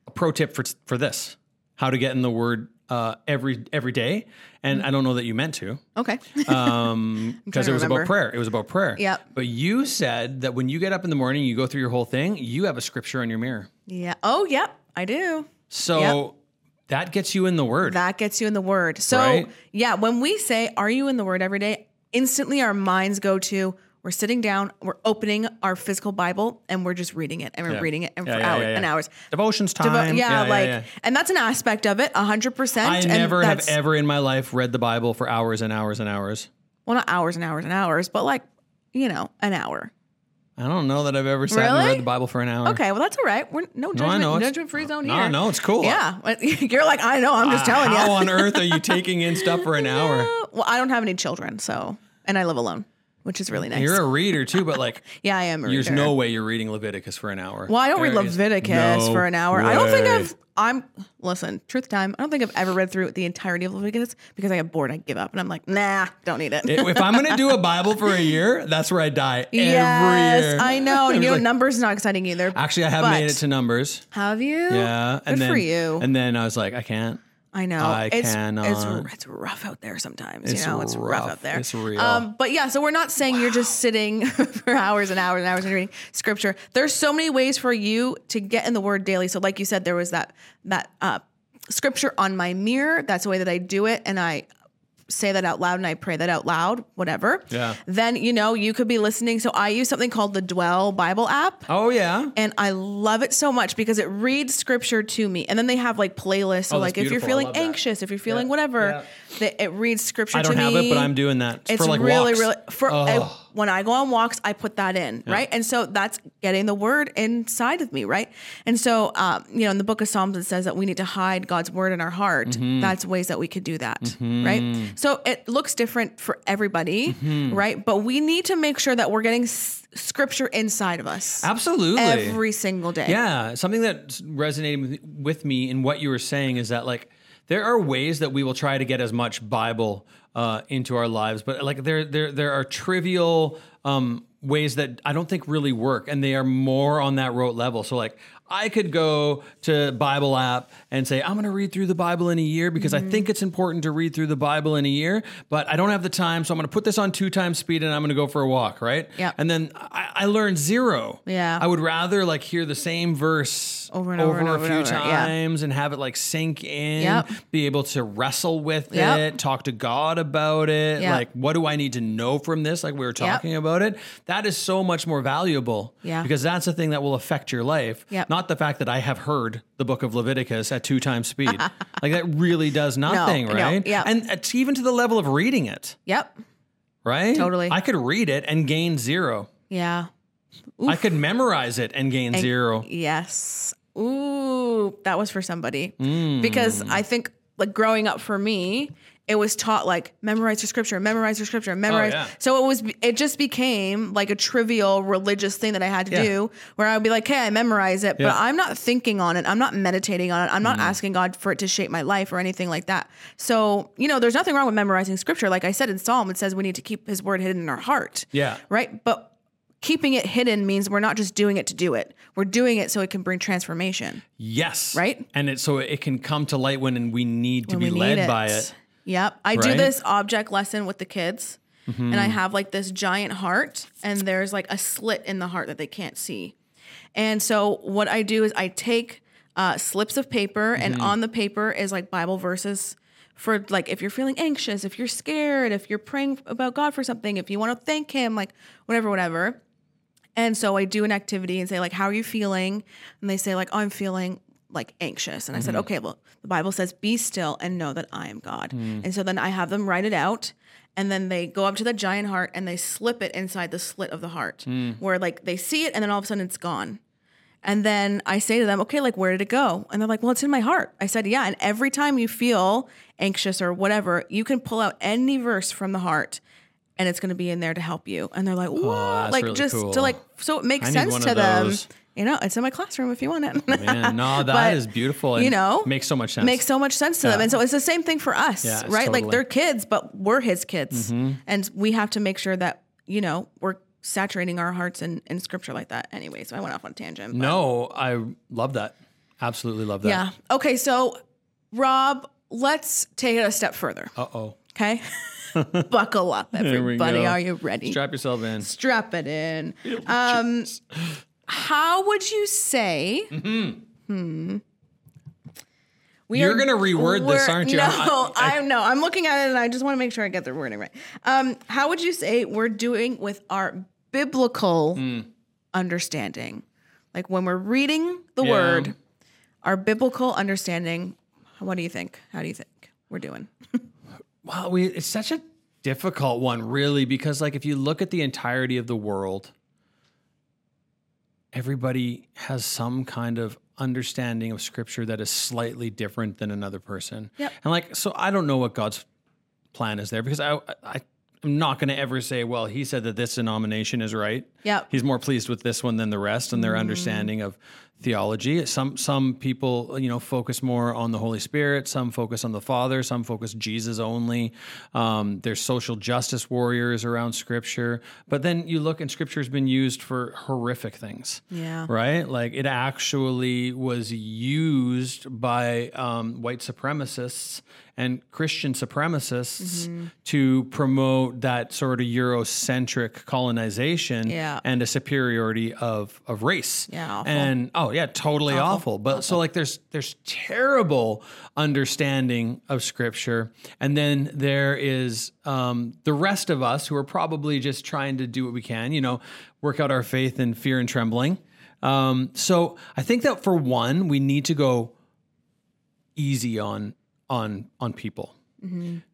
Speaker 2: a pro tip for for this: how to get in the Word uh, every every day. And
Speaker 1: Mm-hmm.
Speaker 2: I don't know that you meant to.
Speaker 1: Okay.
Speaker 2: because
Speaker 1: to
Speaker 2: it was
Speaker 1: remember.
Speaker 2: about prayer. It was about prayer.
Speaker 1: Yep.
Speaker 2: But you said that when you get up in the morning, you go through your whole thing. You have a scripture on your mirror,
Speaker 1: *laughs* yeah. Oh, yep. I do.
Speaker 2: so
Speaker 1: Yep.
Speaker 2: that gets you in the Word.
Speaker 1: That gets you in the Word. So,
Speaker 2: Right.
Speaker 1: yeah, when we say, Are you in the Word every day? instantly our minds go to, We're sitting down, we're opening our physical Bible, and we're just reading it, and we're
Speaker 2: Yeah.
Speaker 1: reading it, and
Speaker 2: Yeah,
Speaker 1: for
Speaker 2: yeah,
Speaker 1: hours
Speaker 2: yeah, yeah.
Speaker 1: and hours.
Speaker 2: Devotions time.
Speaker 1: Devo- yeah, like,
Speaker 2: yeah.
Speaker 1: and that's an aspect of it, 100%.
Speaker 2: I
Speaker 1: and
Speaker 2: never have
Speaker 1: that's-
Speaker 2: ever in my life read the Bible for hours and hours and hours.
Speaker 1: well, not hours and hours and hours, but like, you know, an hour.
Speaker 2: I don't know that I've ever sat and
Speaker 1: Really?
Speaker 2: read the Bible for an hour.
Speaker 1: Okay, well that's all right. We're no judgment,
Speaker 2: know, it's-
Speaker 1: judgment free zone
Speaker 2: no,
Speaker 1: here.
Speaker 2: I know, it's cool.
Speaker 1: Yeah, *laughs* you're like I know. I'm just telling
Speaker 2: How
Speaker 1: you.
Speaker 2: on earth are you taking in stuff
Speaker 1: *laughs*
Speaker 2: for an hour?
Speaker 1: Uh, well, I don't have any children, so and I live alone, which is really nice.
Speaker 2: You're a reader too,
Speaker 1: *laughs*
Speaker 2: but like,
Speaker 1: yeah, I am. A
Speaker 2: there's
Speaker 1: reader.
Speaker 2: no way you're reading Leviticus for an hour.
Speaker 1: Well, I don't read
Speaker 2: There is
Speaker 1: Leviticus
Speaker 2: no
Speaker 1: for an hour. I don't think
Speaker 2: way.
Speaker 1: I've. I'm listen, truth time. I don't think I've ever read through the entirety of Leviticus because I get bored. I give up, and I'm like, nah, don't need it.
Speaker 2: if I'm gonna do a Bible for a year, that's where I die every
Speaker 1: *laughs*
Speaker 2: year.
Speaker 1: yes, I know.
Speaker 2: *laughs*
Speaker 1: And you know,
Speaker 2: like-
Speaker 1: numbers not exciting either.
Speaker 2: Actually, I have
Speaker 1: But-
Speaker 2: made it to numbers.
Speaker 1: *gasps* Have you?
Speaker 2: Yeah, and
Speaker 1: Good
Speaker 2: then
Speaker 1: for you.
Speaker 2: and then I was like, I can't.
Speaker 1: I know.
Speaker 2: I
Speaker 1: it's, It's,
Speaker 2: cannot.
Speaker 1: it's rough out there sometimes.
Speaker 2: It's
Speaker 1: you know, it's rough.
Speaker 2: rough.
Speaker 1: out there. Um,
Speaker 2: It's real.
Speaker 1: but yeah, so we're not saying you're just sitting *laughs* for hours and hours and hours and reading scripture. There's so many ways for you to get in the word daily. So like you said, there was that that uh, scripture on my mirror. That's the way that I do it, and I say that out loud and I pray that out loud. Whatever.
Speaker 2: Yeah.
Speaker 1: Then you know you could be listening. So I use something called the Dwell Bible app
Speaker 2: Oh yeah.
Speaker 1: and I love it so much because it reads scripture to me. And then they have like playlists. So
Speaker 2: Oh, that's
Speaker 1: like if you're
Speaker 2: beautiful. I
Speaker 1: feeling
Speaker 2: love that.
Speaker 1: anxious, if you're feeling
Speaker 2: Yeah.
Speaker 1: whatever,
Speaker 2: Yeah.
Speaker 1: that it reads scripture
Speaker 2: I
Speaker 1: to
Speaker 2: don't
Speaker 1: me.
Speaker 2: have it, but I'm doing that
Speaker 1: It's
Speaker 2: for like
Speaker 1: really,
Speaker 2: walks.
Speaker 1: really for I-
Speaker 2: Ugh.
Speaker 1: when I go on walks, I put that in, right? And so that's getting the word inside of me, right? And so, um, you know, in the book of Psalms, it says that we need to hide God's word in our heart.
Speaker 2: Mm-hmm.
Speaker 1: That's ways that we could do that, right? So it looks different for everybody,
Speaker 2: Mm-hmm.
Speaker 1: right? But we need to make sure that we're getting s- scripture inside of us
Speaker 2: Absolutely.
Speaker 1: every single day.
Speaker 2: Yeah, something that resonated with- with me in what you were saying is that like there are ways that we will try to get as much Bible uh, into our lives, but like there there there are trivial um, ways that I don't think really work, and they are more on that rote level. So like I could go to Bible app and say I'm going to read through the Bible in a year because I think it's important to read through the Bible in a year, but I don't have the time, so I'm going to put this on two times speed and I'm going to go for a walk, right?
Speaker 1: Yep.
Speaker 2: And then I, I learned zero.
Speaker 1: Yeah.
Speaker 2: I would rather like hear the same verse
Speaker 1: Over and over and over
Speaker 2: a
Speaker 1: and
Speaker 2: few
Speaker 1: over, yeah.
Speaker 2: times and have it like sink in,
Speaker 1: Yep.
Speaker 2: be able to wrestle with
Speaker 1: Yep.
Speaker 2: it, talk to God about it.
Speaker 1: Yep.
Speaker 2: Like, what do I need to know from this? Like, we were talking about it. That is so much more valuable
Speaker 1: Yeah.
Speaker 2: because that's the thing that will affect your life.
Speaker 1: Yep.
Speaker 2: Not the fact that I have heard the book of Leviticus at two times
Speaker 1: *laughs*
Speaker 2: speed. like, that really does nothing,
Speaker 1: no,
Speaker 2: right?
Speaker 1: yeah.
Speaker 2: And it's even to the level of reading it,
Speaker 1: Yep.
Speaker 2: right?
Speaker 1: Totally.
Speaker 2: I could read it and gain zero.
Speaker 1: Yeah.
Speaker 2: I could memorize it and gain zero.
Speaker 1: Yes. Ooh, that was for somebody.
Speaker 2: Mm.
Speaker 1: Because I think like growing up for me, it was taught like memorize your scripture, memorize your scripture, memorize.
Speaker 2: Oh, yeah.
Speaker 1: So it was it just became like a trivial religious thing that I had to
Speaker 2: Yeah.
Speaker 1: do where I would be like, "Hey, I memorize it, but
Speaker 2: Yeah. Mm-hmm.
Speaker 1: I'm not thinking on it. I'm not meditating on it. I'm not asking God for it to shape my life or anything like that." So, you know, there's nothing wrong with memorizing scripture. Like I said in Psalm, it says we need to keep his word hidden in our heart
Speaker 2: Yeah.
Speaker 1: right? But keeping it hidden means we're not just doing it to do it. We're doing it so it can bring transformation.
Speaker 2: Yes.
Speaker 1: Right?
Speaker 2: And it so it can come to light when and we need to
Speaker 1: when
Speaker 2: be
Speaker 1: we
Speaker 2: led
Speaker 1: need
Speaker 2: by it.
Speaker 1: *laughs* Yep. I do
Speaker 2: Right? Mm-hmm.
Speaker 1: this object lesson with the kids. And I have like this giant heart, and there's like a slit in the heart that they can't see. And so, what I do is I take uh, slips of paper,
Speaker 2: Mm-hmm.
Speaker 1: and on the paper is like Bible verses for like if you're feeling anxious, if you're scared, if you're praying about God for something, if you want to thank Him, like whatever, whatever. And so I do an activity and say like, "How are you feeling?" And they say like, "Oh, I'm feeling like anxious." And I said,
Speaker 2: Mm-hmm.
Speaker 1: "Okay, well, the Bible says, "Be still and know that I am God."
Speaker 2: Mm.
Speaker 1: And so then I have them write it out, and then they go up to the giant heart and they slip it inside the slit of the heart,
Speaker 2: Mm.
Speaker 1: where like they see it and then all of a sudden it's gone. And then I say to them, okay, like, where did it go? And they're like, well, it's in my heart. I said, yeah. And every time you feel anxious or whatever, you can pull out any verse from the heart and it's going to be in there to help you. And they're like, whoa,
Speaker 2: that's
Speaker 1: like,
Speaker 2: really
Speaker 1: just to
Speaker 2: cool.
Speaker 1: like, so it makes
Speaker 2: I need
Speaker 1: sense
Speaker 2: one
Speaker 1: to
Speaker 2: of
Speaker 1: them.
Speaker 2: those.
Speaker 1: You know, it's in my classroom if you want it.
Speaker 2: Man, no, that
Speaker 1: But,
Speaker 2: is beautiful. And
Speaker 1: you know,
Speaker 2: makes so much sense.
Speaker 1: *laughs* Makes so much sense to them.
Speaker 2: Yeah.
Speaker 1: And so it's the same thing for us,
Speaker 2: Yeah, it's
Speaker 1: right? Like
Speaker 2: totally. Mm-hmm.
Speaker 1: they're kids, but we're his kids. And we have to make sure that, you know, we're saturating our hearts in, in scripture like that anyway. So I went off on a tangent. but-
Speaker 2: no, I love that. Absolutely love that.
Speaker 1: Yeah. Okay. So, Rob, let's take it a step further.
Speaker 2: Uh oh. *laughs*
Speaker 1: Okay. Buckle up, everybody.
Speaker 2: go.
Speaker 1: Are you ready? Strap,
Speaker 2: Strap yourself in.
Speaker 1: it
Speaker 2: *laughs*
Speaker 1: in. Um, how would you say? Hmm. We
Speaker 2: You're gonna reword
Speaker 1: we're-
Speaker 2: this, aren't you?
Speaker 1: No,
Speaker 2: I-
Speaker 1: *laughs* I, know. I'm looking at it, and I just want to make sure I get the wording right. Um, how would you say we're doing with our biblical
Speaker 2: Hmm.
Speaker 1: understanding? Like when we're reading the
Speaker 2: Yeah.
Speaker 1: word, our biblical understanding. What do you think? How do you think we're doing?
Speaker 2: Wow, we, it's such a difficult one, really, because like if you look at the entirety of the world, everybody has some kind of understanding of scripture that is slightly different than another person.
Speaker 1: Yep.
Speaker 2: And like, so I don't know what God's plan is there because I, I I'm not going to ever say, well, he said that this denomination is right.
Speaker 1: Yep.
Speaker 2: He's more pleased with this one than the rest and their understanding of theology. Some some people, you know, focus more on the Holy Spirit. Some focus on the Father. Some focus Jesus only. Um, there's social justice warriors around Scripture. But then you look, and Scripture has been used for horrific things
Speaker 1: Yeah.
Speaker 2: right? Like it actually was used by um, white supremacists and Christian supremacists
Speaker 1: Mm-hmm.
Speaker 2: to promote that sort of Eurocentric colonization
Speaker 1: Yeah.
Speaker 2: and a superiority of of race.
Speaker 1: Yeah, awful.
Speaker 2: and oh yeah, totally awful. But so like there's there's terrible understanding of scripture, and then there is um, the rest of us who are probably just trying to do what we can. You know, work out our faith in fear and trembling. Um, so I think that for one, we need to go easy on on on people.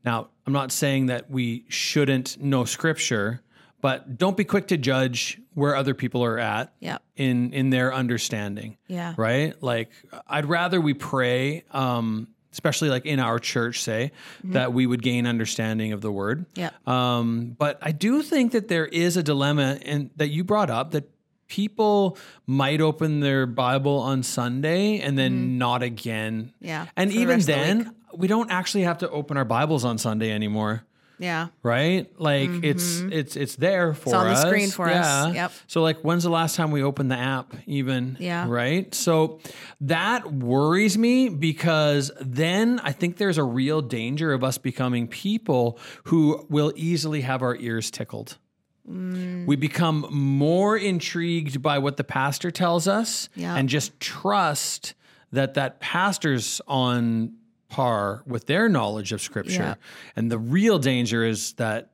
Speaker 2: Now, I'm not saying that we shouldn't know scripture, but don't be quick to judge where other people are at
Speaker 1: Yep.
Speaker 2: in in their understanding
Speaker 1: Yeah.
Speaker 2: right like i'd rather we pray um especially like in our church say
Speaker 1: Mm-hmm.
Speaker 2: that we would gain understanding of the word
Speaker 1: Yep.
Speaker 2: um but i do think that there is a dilemma and that you brought up that people might open their bible on sunday and then not again
Speaker 1: Mm-hmm. Yeah,
Speaker 2: and
Speaker 1: for the
Speaker 2: even
Speaker 1: rest of the
Speaker 2: then we don't actually have to open our bibles on sunday anymore
Speaker 1: Yeah.
Speaker 2: right? Like it's it's it's there for
Speaker 1: Mm-hmm. on the
Speaker 2: us.
Speaker 1: screen for us. Yep.
Speaker 2: So like when's the last time we opened the app even?
Speaker 1: Yeah.
Speaker 2: Right? So that worries me because then I think there's a real danger of us becoming people who will easily have our ears tickled.
Speaker 1: Mm.
Speaker 2: We become more intrigued by what the pastor tells us
Speaker 1: Yeah.
Speaker 2: and just trust that that pastor's on par with their knowledge of scripture.
Speaker 1: Yeah.
Speaker 2: And the real danger is that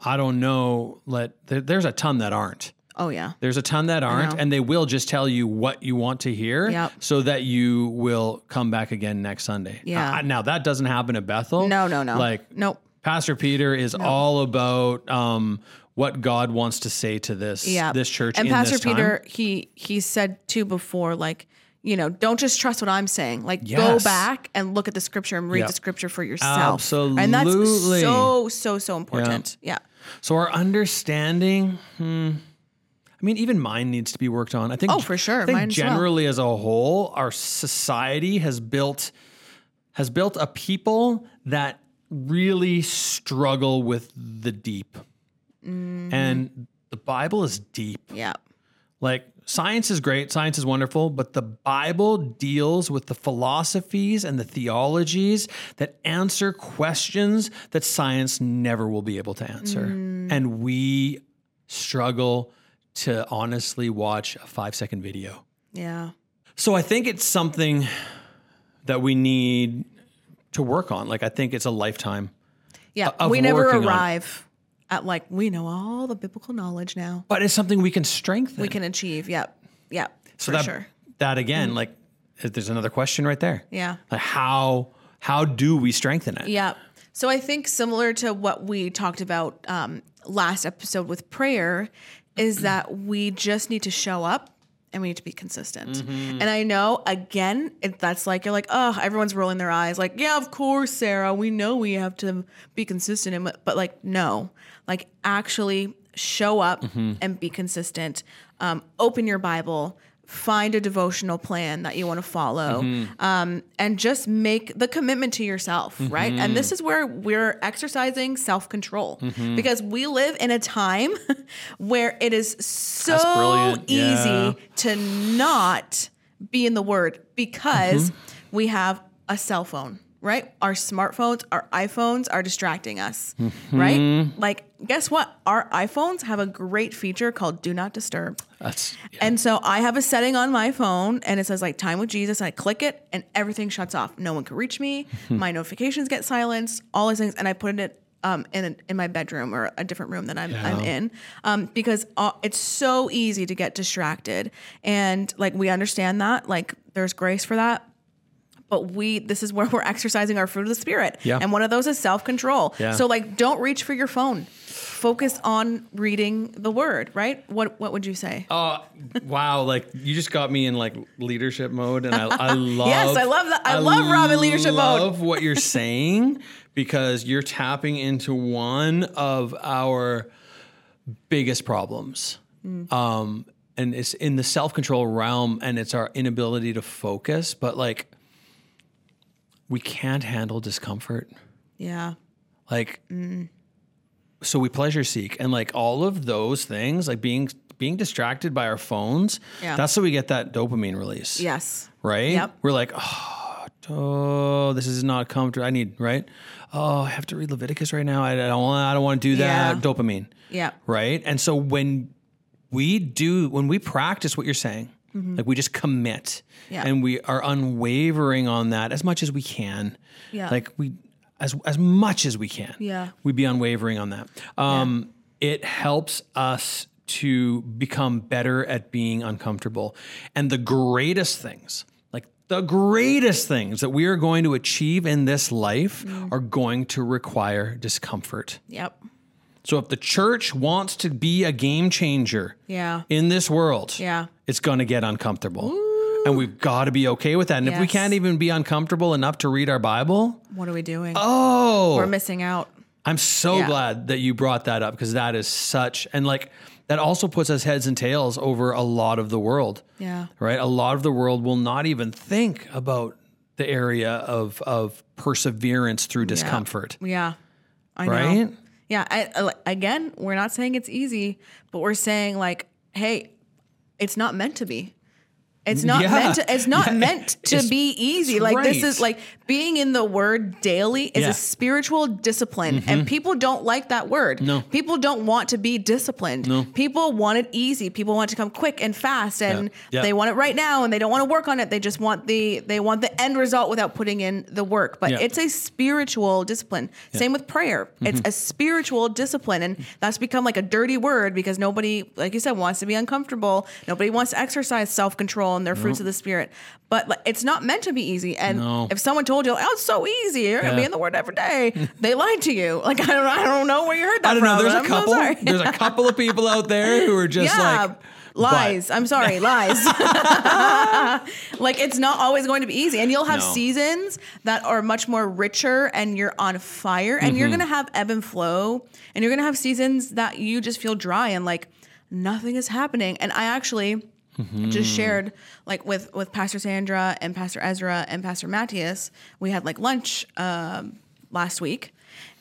Speaker 2: I don't know, let there, there's a ton that aren't.
Speaker 1: Oh yeah.
Speaker 2: There's a ton that aren't, and they will just tell you what you want to hear
Speaker 1: Yep.
Speaker 2: so that you will come back again next Sunday.
Speaker 1: Yeah.
Speaker 2: Uh, now, that doesn't happen at Bethel.
Speaker 1: No, no, no.
Speaker 2: Like,
Speaker 1: nope.
Speaker 2: Pastor Peter is all about um, what God wants to say to this
Speaker 1: Yeah.
Speaker 2: this church
Speaker 1: and
Speaker 2: in
Speaker 1: Pastor
Speaker 2: this time.
Speaker 1: Peter, he he said too before, like you know, don't just trust what I'm saying. Like
Speaker 2: Yes.
Speaker 1: go back and look at the scripture and read
Speaker 2: Yep.
Speaker 1: the scripture for yourself. and that's
Speaker 2: Absolutely.
Speaker 1: so so so important. Yeah.
Speaker 2: So our understanding, hmm, I mean, even mine needs to be worked on. I think.
Speaker 1: Oh, for sure.
Speaker 2: I think
Speaker 1: Mine as well.
Speaker 2: generally, as, a whole, our society has built has built a people that really struggle with the deep,
Speaker 1: Mm-hmm.
Speaker 2: and the Bible is deep.
Speaker 1: yeah,
Speaker 2: Like science is great, science is wonderful, but the Bible deals with the philosophies and the theologies that answer questions that science never will be able to answer. And we struggle to honestly watch a 5-second video.
Speaker 1: yeah,
Speaker 2: So I think it's something that we need to work on. Like I think it's a lifetime.
Speaker 1: yeah.
Speaker 2: of
Speaker 1: we never
Speaker 2: working on-
Speaker 1: arrive at like we know all the biblical knowledge now.
Speaker 2: But it's something we can strengthen.
Speaker 1: We can achieve. Yep. Yep.
Speaker 2: so
Speaker 1: for
Speaker 2: that,
Speaker 1: sure. Mm-hmm.
Speaker 2: that again, like uh, there's another question right there.
Speaker 1: Yeah.
Speaker 2: Like how how do we strengthen it?
Speaker 1: Yeah. So I think similar to what we talked about um, last episode with prayer, is that we just need to show up and we need to be consistent. And I know again, it, that's like you're like, oh, everyone's rolling their eyes, like, yeah, of course, Sarah, we know we have to be consistent, and but like, no, like actually show up and be consistent. Um, open your Bible. Find a devotional plan that you want to follow and just make the commitment to yourself, right? And
Speaker 2: Mm-hmm.
Speaker 1: this is where we're exercising self control because we live in a time *laughs* where it is
Speaker 2: That's
Speaker 1: so
Speaker 2: brilliant.
Speaker 1: easy
Speaker 2: Yeah.
Speaker 1: to not be in the word because
Speaker 2: Mm-hmm.
Speaker 1: we have a cell phone, right? Our smartphones, our iPhones are distracting us, right?
Speaker 2: Mm-hmm.
Speaker 1: Like, guess what? Our iPhones have a great feature called Do Not Disturb.
Speaker 2: That's
Speaker 1: And so I have a setting on my phone and it says like time with Jesus and I click it and everything shuts off. No one can reach
Speaker 2: *laughs*
Speaker 1: me. My notifications get silenced, all these things. And I put it um, in, in my bedroom or a different room that I'm, I'm in um, because uh, it's so easy to get distracted. And like we understand that, like there's grace for that. But we, this is where we're exercising our fruit of the spirit.
Speaker 2: Yeah.
Speaker 1: And one of those is self control.
Speaker 2: Yeah.
Speaker 1: So, like, don't reach for your phone. focus on reading the word, right? What what would you say?
Speaker 2: Uh, wow, like you just got me in like leadership mode, and I,
Speaker 1: *laughs*
Speaker 2: I love.
Speaker 1: Yes, I love that. I love Rob in leadership mode.
Speaker 2: love
Speaker 1: *laughs*
Speaker 2: what you're saying because you're tapping into one of our biggest problems,
Speaker 1: Mm.
Speaker 2: um, and it's in the self control realm, and it's our inability to focus. But like, we can't handle discomfort
Speaker 1: yeah.
Speaker 2: like
Speaker 1: Mm.
Speaker 2: so we pleasure seek and like all of those things like being being distracted by our phones
Speaker 1: Yeah.
Speaker 2: that's how we get that dopamine release
Speaker 1: Yes.
Speaker 2: right
Speaker 1: Yep.
Speaker 2: we're like oh, oh this is not comfortable i need right oh i have to read leviticus right now i don't want i don't want to do that
Speaker 1: Yeah.
Speaker 2: dopamine
Speaker 1: Yeah.
Speaker 2: right and so when we do when we practice what you're saying like we just commit
Speaker 1: Mm-hmm. Yeah.
Speaker 2: and we are unwavering on that as much as we can
Speaker 1: Yeah.
Speaker 2: like we as as much as we can
Speaker 1: Yeah.
Speaker 2: we'd be unwavering on that um it helps us to become better at being uncomfortable and the greatest things like the greatest things that we are going to achieve in this life
Speaker 1: Mm.
Speaker 2: are going to require discomfort
Speaker 1: Yep.
Speaker 2: so if the church wants to be a game changer
Speaker 1: Yeah.
Speaker 2: in this world,
Speaker 1: Yeah.
Speaker 2: it's going to get uncomfortable. And we've got to be okay with that. And if we
Speaker 1: Yes.
Speaker 2: can't even be uncomfortable enough to read our Bible,
Speaker 1: What are we doing?
Speaker 2: oh,
Speaker 1: We're missing out.
Speaker 2: I'm so
Speaker 1: Yeah.
Speaker 2: glad that you brought that up because that is such, and like that also puts us heads and tails over a lot of the world.
Speaker 1: Yeah.
Speaker 2: Right? A lot of the world will not even think about the area of, of perseverance through discomfort.
Speaker 1: Yeah. I know.
Speaker 2: Right?
Speaker 1: Yeah. I, I- again, we're not saying it's easy, but we're saying like, hey, it's not meant to be. It's not
Speaker 2: Yeah.
Speaker 1: meant to. It's not
Speaker 2: Yeah, *laughs*
Speaker 1: meant to
Speaker 2: it's-
Speaker 1: be easy. Like this
Speaker 2: right.
Speaker 1: is like being in the Word daily is
Speaker 2: Yeah. Mm-hmm.
Speaker 1: a spiritual discipline, and people don't like that word. No, people don't want to be disciplined. No, people want it easy. People want it to come quick and fast, and
Speaker 2: Yeah.
Speaker 1: they want it right now, and they don't want to work on it. They just want the they want the end result without putting in the work. But
Speaker 2: Yeah. Mm-hmm.
Speaker 1: it's a spiritual discipline. Same with prayer. It's a spiritual discipline, and that's become like a dirty word because nobody, like you said, wants to be uncomfortable. Nobody wants to exercise self control and their fruits of the spirit. But like, it's not meant to be easy. And
Speaker 2: No.
Speaker 1: if someone told you, "Oh, it's so easy," you're gonna be
Speaker 2: Yeah.
Speaker 1: in the word every day, they lied to you. Like I don't, I don't know where you heard that.
Speaker 2: I don't know.
Speaker 1: from.
Speaker 2: There's a
Speaker 1: I'm so
Speaker 2: couple.
Speaker 1: sorry.
Speaker 2: there's a couple of people out there who are just
Speaker 1: yeah.
Speaker 2: like
Speaker 1: Lies. I'm sorry,
Speaker 2: *laughs*
Speaker 1: lies. like it's not always going to be easy, and you'll have
Speaker 2: No.
Speaker 1: seasons that are much more richer, and you're on fire, and
Speaker 2: Mm-hmm.
Speaker 1: you're gonna have ebb and flow, and you're gonna have seasons that you just feel dry and like nothing is happening. And I actually
Speaker 2: Mm.
Speaker 1: just shared like with with Pastor Sandra and Pastor Ezra and Pastor Matthias. We had like lunch um, last week.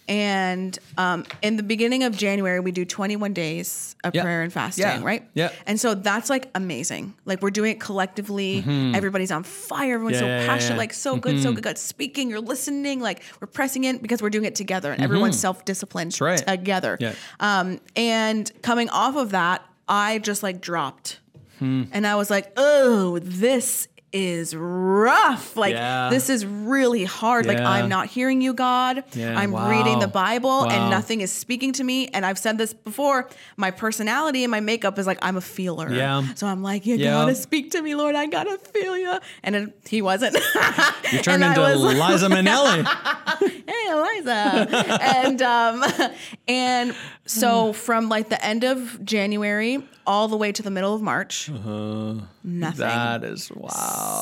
Speaker 1: And um, in the beginning of January, we do 21 days of
Speaker 2: Yeah.
Speaker 1: prayer and fasting,
Speaker 2: Yeah.
Speaker 1: right?
Speaker 2: Yeah.
Speaker 1: And so that's like amazing. Like we're doing it collectively. Everybody's on fire. Everyone's
Speaker 2: Mm-hmm. Yeah,
Speaker 1: so
Speaker 2: yeah, yeah,
Speaker 1: passionate.
Speaker 2: yeah. Mm-hmm.
Speaker 1: Like so good, so good. God speaking. You're listening. Like we're pressing in because we're doing it together, and everyone's self disciplined
Speaker 2: Mm-hmm. right.
Speaker 1: together.
Speaker 2: Yeah.
Speaker 1: Um, and coming off of that, I just like dropped, and I was like, oh, this is rough. Like
Speaker 2: Yeah.
Speaker 1: this is really hard. Like
Speaker 2: Yeah.
Speaker 1: I'm not hearing you, God.
Speaker 2: Yeah,
Speaker 1: I'm reading
Speaker 2: wow.
Speaker 1: the Bible and
Speaker 2: Wow.
Speaker 1: nothing is speaking to me. And I've said this before. My personality and my makeup is like I'm a feeler.
Speaker 2: Yeah.
Speaker 1: So I'm like, you
Speaker 2: Yeah.
Speaker 1: gotta speak to me, Lord. I gotta feel you. And it, he wasn't. *laughs*
Speaker 2: you turned
Speaker 1: and I
Speaker 2: into
Speaker 1: was-
Speaker 2: Liza *laughs* Minnelli.
Speaker 1: hey
Speaker 2: *laughs*
Speaker 1: Eliza. and um, *laughs* and so from like the end of January all the way to the middle of March,
Speaker 2: Uh-huh.
Speaker 1: nothing
Speaker 2: that is wow.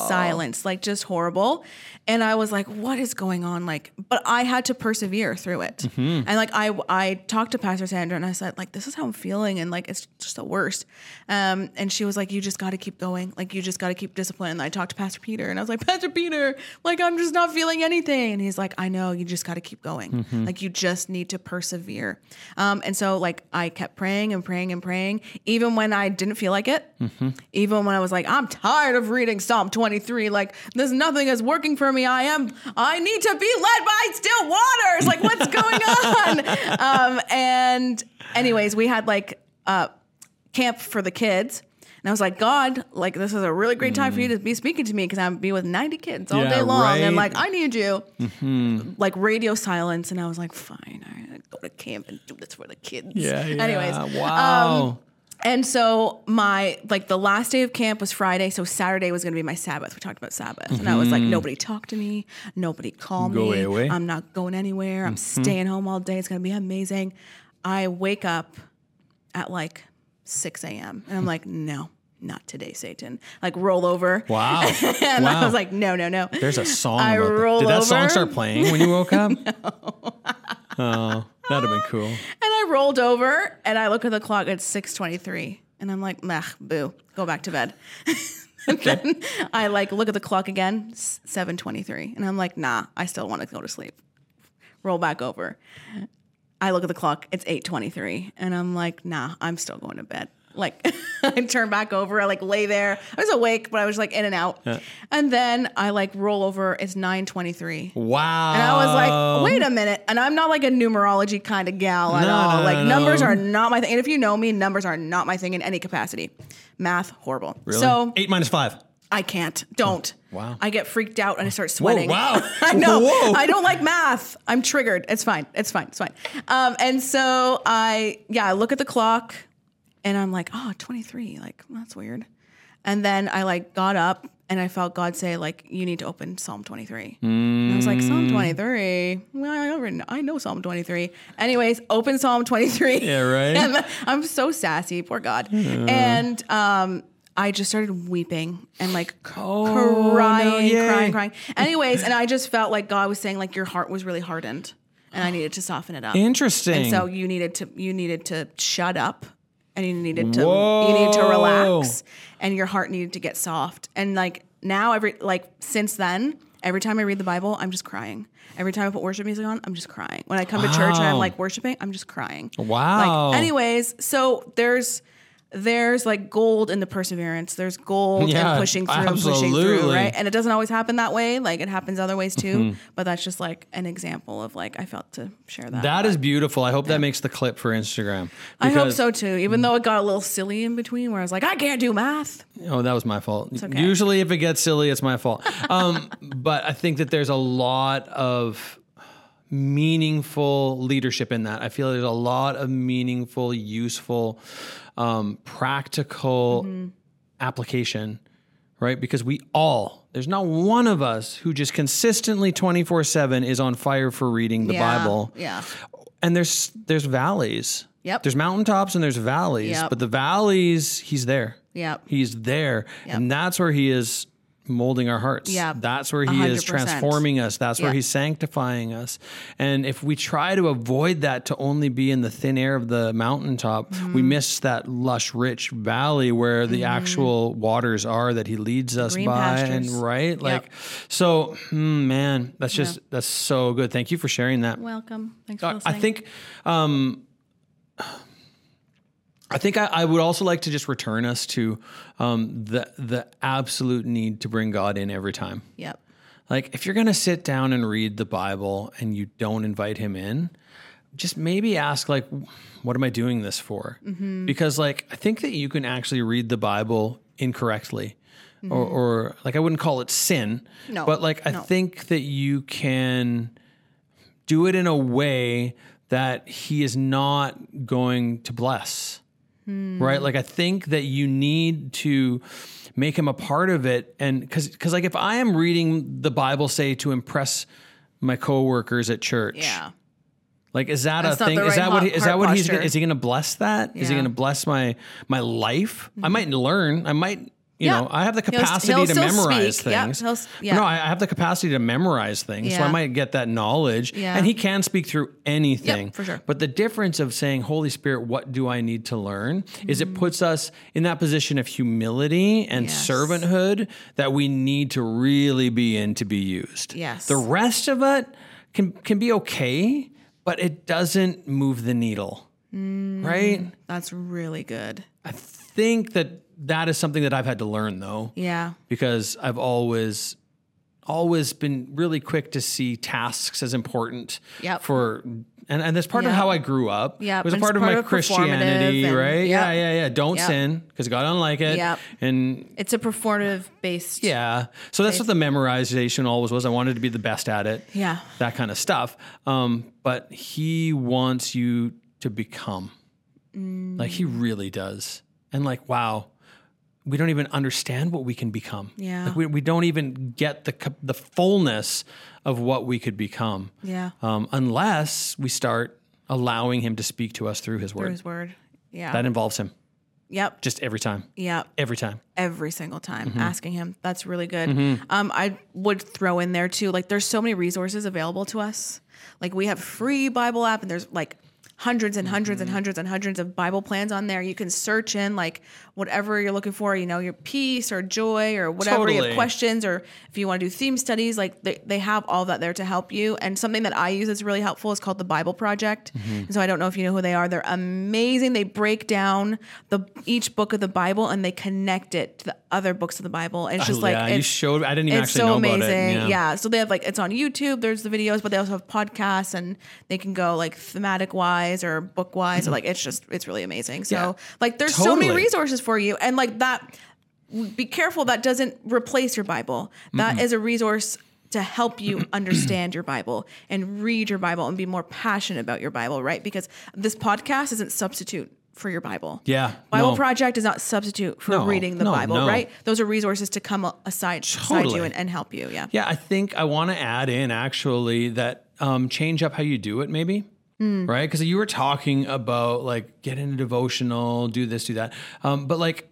Speaker 1: silence, like just horrible. And I was like, what is going on? Like, but I had to persevere through it. And like, I, I talked to Pastor Sandra and I said, like, this is how I'm feeling. And like, it's just the worst. Um, and she was like, you just got to keep going. Like, you just got to keep discipline. And I talked to Pastor Peter and I was like, Pastor Peter, like, I'm just not feeling anything. And he's like, I know, you just got to keep going. Like, you just need to persevere. Um, and so like, I kept praying and praying and praying, even when I didn't feel like it even when I was like, I'm tired of reading Psalm 23. Like, there's nothing is working for me. I am, I need to be led by still waters. Like, what's going
Speaker 2: *laughs*
Speaker 1: on? Um, and, anyways, we had like uh, camp for the kids. And I was like, God, like, this is a really great time for you to be speaking to me because I'm be with 90 kids all
Speaker 2: Mm. Yeah,
Speaker 1: day long. And
Speaker 2: right.
Speaker 1: like,
Speaker 2: Mm-hmm.
Speaker 1: I need you. Like, radio silence. And I was like, fine, all right, I'll go to camp and do this for the kids. Anyways,
Speaker 2: wow.
Speaker 1: and so my like the last day of camp was Friday, so Saturday was going to be my Sabbath. We talked about Sabbath, and I was like, nobody talk to me, nobody call
Speaker 2: Mm-hmm. Go
Speaker 1: me.
Speaker 2: away. Mm-hmm.
Speaker 1: I'm not going anywhere. I'm staying home all day. It's going to be amazing. I wake up at like 6 a.m. and I'm like, no, not today, Satan. Like roll over.
Speaker 2: *laughs* Wow.
Speaker 1: *laughs* And
Speaker 2: wow.
Speaker 1: I was like, no, no, no.
Speaker 2: There's a song.
Speaker 1: I
Speaker 2: about that.
Speaker 1: roll
Speaker 2: Did that song
Speaker 1: over.
Speaker 2: start playing when you woke *laughs* up? oh, that'd have been *laughs* cool.
Speaker 1: And I rolled over and I look at the clock. It's six twenty-three, and I'm like, "Meh, boo, go back to bed." and then I like look at the clock again, seven twenty-three, and I'm like, "Nah, I still want to go to sleep." Roll back over. I look at the clock. It's eight twenty-three, and I'm like, "Nah, I'm still going to bed." Like, *laughs* I turn back over. I like lay there. I was awake, but I was like in and out. And then I like roll over. It's nine twenty-three.
Speaker 2: Wow.
Speaker 1: And I was like, wait a minute. And I'm not like a numerology kind of gal at
Speaker 2: No,
Speaker 1: all.
Speaker 2: no,
Speaker 1: like,
Speaker 2: no,
Speaker 1: numbers
Speaker 2: no.
Speaker 1: are not my thing. And if you know me, numbers are not my thing in any capacity. Math, horrible.
Speaker 2: Really?
Speaker 1: So
Speaker 2: eight minus five.
Speaker 1: I can't. Don't.
Speaker 2: Oh, Wow.
Speaker 1: I get freaked out and I start sweating.
Speaker 2: wow.
Speaker 1: *laughs* I know.
Speaker 2: *laughs* Whoa.
Speaker 1: I don't like math. I'm triggered. It's fine. It's fine. It's fine. Um, and so I, yeah, I look at the clock and I'm like, oh, 23. Like, that's weird. And then I like got up and I felt God say, like, you need to open Psalm 23. And I was like, Psalm 23. Well, I already know, I know Psalm 23. Anyways, open Psalm 23.
Speaker 2: Yeah, right.
Speaker 1: And I'm so sassy, poor God. And um, I just started weeping and like c- crying,
Speaker 2: Oh, yay.
Speaker 1: crying, crying. Anyways, and I just felt like God was saying like your heart was really hardened, and I needed to soften it up.
Speaker 2: Interesting.
Speaker 1: And so you needed to you needed to shut up, and you needed to
Speaker 2: Whoa.
Speaker 1: you needed to relax, and your heart needed to get soft. And like now, every like since then. Every time I read the Bible, I'm just crying. Every time I put worship music on, I'm just crying. When I come to church and I'm
Speaker 2: Wow.
Speaker 1: like worshiping, I'm just crying.
Speaker 2: Wow.
Speaker 1: Like, anyways, so there's there's like gold in the perseverance. There's gold
Speaker 2: Yeah,
Speaker 1: in pushing through, and pushing through,
Speaker 2: absolutely. Mm-hmm.
Speaker 1: right? And it doesn't always happen that way. Like it happens other ways too. But that's just like an example of like I felt to share that.
Speaker 2: that is beautiful. I hope that makes the clip for Instagram.
Speaker 1: I hope
Speaker 2: because-
Speaker 1: so too. Even though it got a little silly in between, where I was like, I can't do math.
Speaker 2: Oh, that was my fault.
Speaker 1: okay.
Speaker 2: Usually, if it gets silly, it's my fault. Um, *laughs* but I think that there's a lot of meaningful leadership in that. I feel there's a lot of meaningful, useful, um, practical
Speaker 1: Mm-hmm.
Speaker 2: application, right? Because we all, there's not one of us who just consistently 24 7 is on fire for reading the
Speaker 1: Yeah,
Speaker 2: Bible
Speaker 1: Yeah.
Speaker 2: and there's there's valleys.
Speaker 1: Yep.
Speaker 2: There's mountaintops and there's valleys,
Speaker 1: Yep.
Speaker 2: but the valleys, he's there.
Speaker 1: Yep.
Speaker 2: He's there, and that's where he is molding our hearts.
Speaker 1: Yep.
Speaker 2: That's where he is
Speaker 1: 100%.
Speaker 2: transforming us. That's where
Speaker 1: Yep.
Speaker 2: he's sanctifying us. And if we try to avoid that to only be in the thin air of the mountaintop,
Speaker 1: Mm-hmm.
Speaker 2: we miss that lush, rich valley where the actual waters are that he leads us
Speaker 1: green
Speaker 2: by.
Speaker 1: pastures.
Speaker 2: And right, like so, mm, man, that's just that's so good. Thank you for sharing that.
Speaker 1: Welcome. Thanks for
Speaker 2: Uh, I-
Speaker 1: listening.
Speaker 2: I think, um, I think I, I would also like to just return us to um, the the absolute need to bring God in every time.
Speaker 1: Yep.
Speaker 2: Like, if you're gonna sit down and read the Bible and you don't invite Him in, just maybe ask like, what am I doing this for?
Speaker 1: Mm-hmm.
Speaker 2: Because like, I think that you can actually read the Bible incorrectly. Or, or like I wouldn't call it sin,
Speaker 1: Mm-hmm. No,
Speaker 2: but like I
Speaker 1: no.
Speaker 2: think that you can do it in a way that he is not going to bless. Right? Like I think that you need to make him a part of it and cuz cuz like if I am reading the Bible say to impress my coworkers at church.
Speaker 1: Yeah.
Speaker 2: Like is that
Speaker 1: That's
Speaker 2: a
Speaker 1: not
Speaker 2: thing?
Speaker 1: the
Speaker 2: Is
Speaker 1: right
Speaker 2: that what he, is
Speaker 1: heart
Speaker 2: that what he's
Speaker 1: posture.
Speaker 2: gonna, is he going to bless that? Is he
Speaker 1: Yeah. Mm-hmm.
Speaker 2: going to bless my my life? I might learn. I might you
Speaker 1: Yeah.
Speaker 2: know, I have the
Speaker 1: He'll s-
Speaker 2: capacity
Speaker 1: he'll
Speaker 2: to
Speaker 1: still
Speaker 2: memorize
Speaker 1: speak. Yeah,
Speaker 2: things.
Speaker 1: he'll s- yeah.
Speaker 2: No, I I have the capacity to memorize things, so I
Speaker 1: Yeah.
Speaker 2: might get that knowledge.
Speaker 1: Yeah.
Speaker 2: And he can speak through anything.
Speaker 1: for sure.
Speaker 2: But the difference of saying, Holy Spirit, what do I need to learn? Is it puts us in that position of humility and
Speaker 1: Mm-hmm. Yes.
Speaker 2: servanthood that we need to really be in to be used.
Speaker 1: Yes.
Speaker 2: The rest of it can can be okay, but it doesn't move the needle.
Speaker 1: Mm.
Speaker 2: Right?
Speaker 1: That's really good.
Speaker 2: I think that that is something that I've had to learn though
Speaker 1: Yeah.
Speaker 2: because I've always always been really quick to see tasks as important
Speaker 1: Yep.
Speaker 2: for and, and that's part of
Speaker 1: Yep.
Speaker 2: how I grew up.
Speaker 1: Yep,
Speaker 2: It was a
Speaker 1: and it's
Speaker 2: part of
Speaker 1: part
Speaker 2: my
Speaker 1: of performative
Speaker 2: Christianity,
Speaker 1: and-
Speaker 2: right? Yeah,
Speaker 1: yep.
Speaker 2: yeah, yeah. Don't
Speaker 1: Yep.
Speaker 2: sin because God don't like it.
Speaker 1: Yep.
Speaker 2: And
Speaker 1: It's a performative based.
Speaker 2: yeah. So that's what the memorization always was. I wanted to be the best at it.
Speaker 1: Yeah.
Speaker 2: That kind of stuff. Um, but he wants you to become.
Speaker 1: Mm.
Speaker 2: Like he really does. And like, wow, we don't even understand what we can become.
Speaker 1: Yeah.
Speaker 2: Like we, we don't even get the cap- the fullness of what we could become.
Speaker 1: Yeah.
Speaker 2: Um, unless we start allowing him to speak to us through his word.
Speaker 1: through his word. Yeah.
Speaker 2: that involves him
Speaker 1: yep.
Speaker 2: just every time.
Speaker 1: Yep.
Speaker 2: Every time.
Speaker 1: every single time asking him that's really good um, i would throw in there too like there's so many resources available to us like we have free bible app and there's like hundreds and 100s and hundreds and hundreds of bible plans on there you can search in like whatever you're looking for you know your peace or joy or whatever you
Speaker 2: Totally.
Speaker 1: have questions or if you want to do theme studies like they, they have all that there to help you and something that i use that's really helpful is called the bible project
Speaker 2: Mm-hmm.
Speaker 1: and so i don't know if you know who they are they're amazing they break down the each book of the bible and they connect it to the other books of the bible and it's just like
Speaker 2: Oh, yeah, you
Speaker 1: it's-
Speaker 2: showed. I didn't even
Speaker 1: it's
Speaker 2: actually
Speaker 1: so
Speaker 2: know
Speaker 1: amazing.
Speaker 2: about it.
Speaker 1: yeah. So they have like it's on YouTube. There's the videos, but they also have podcasts, and they can go like thematic wise or book wise. or like it's just it's really amazing. So
Speaker 2: Mm-hmm. Yeah.
Speaker 1: like there's so many
Speaker 2: Totally.
Speaker 1: resources for you, and like that. Be careful that doesn't replace your Bible. That is a resource to help you *clears throat* understand your Bible and read your Bible and be more passionate about your Bible, right? Because this podcast isn't substitute for your Bible.
Speaker 2: Yeah,
Speaker 1: Bible
Speaker 2: no.
Speaker 1: Project is not substitute for
Speaker 2: No,
Speaker 1: reading the
Speaker 2: no,
Speaker 1: Bible,
Speaker 2: no.
Speaker 1: right? Those are resources to come a- aside beside
Speaker 2: Totally.
Speaker 1: you and, and help you. Yeah.
Speaker 2: Yeah, I think I want to add in actually that um, change up how you do it, maybe. Right? Because you were talking about like get into devotional, do this, do that. Um, but like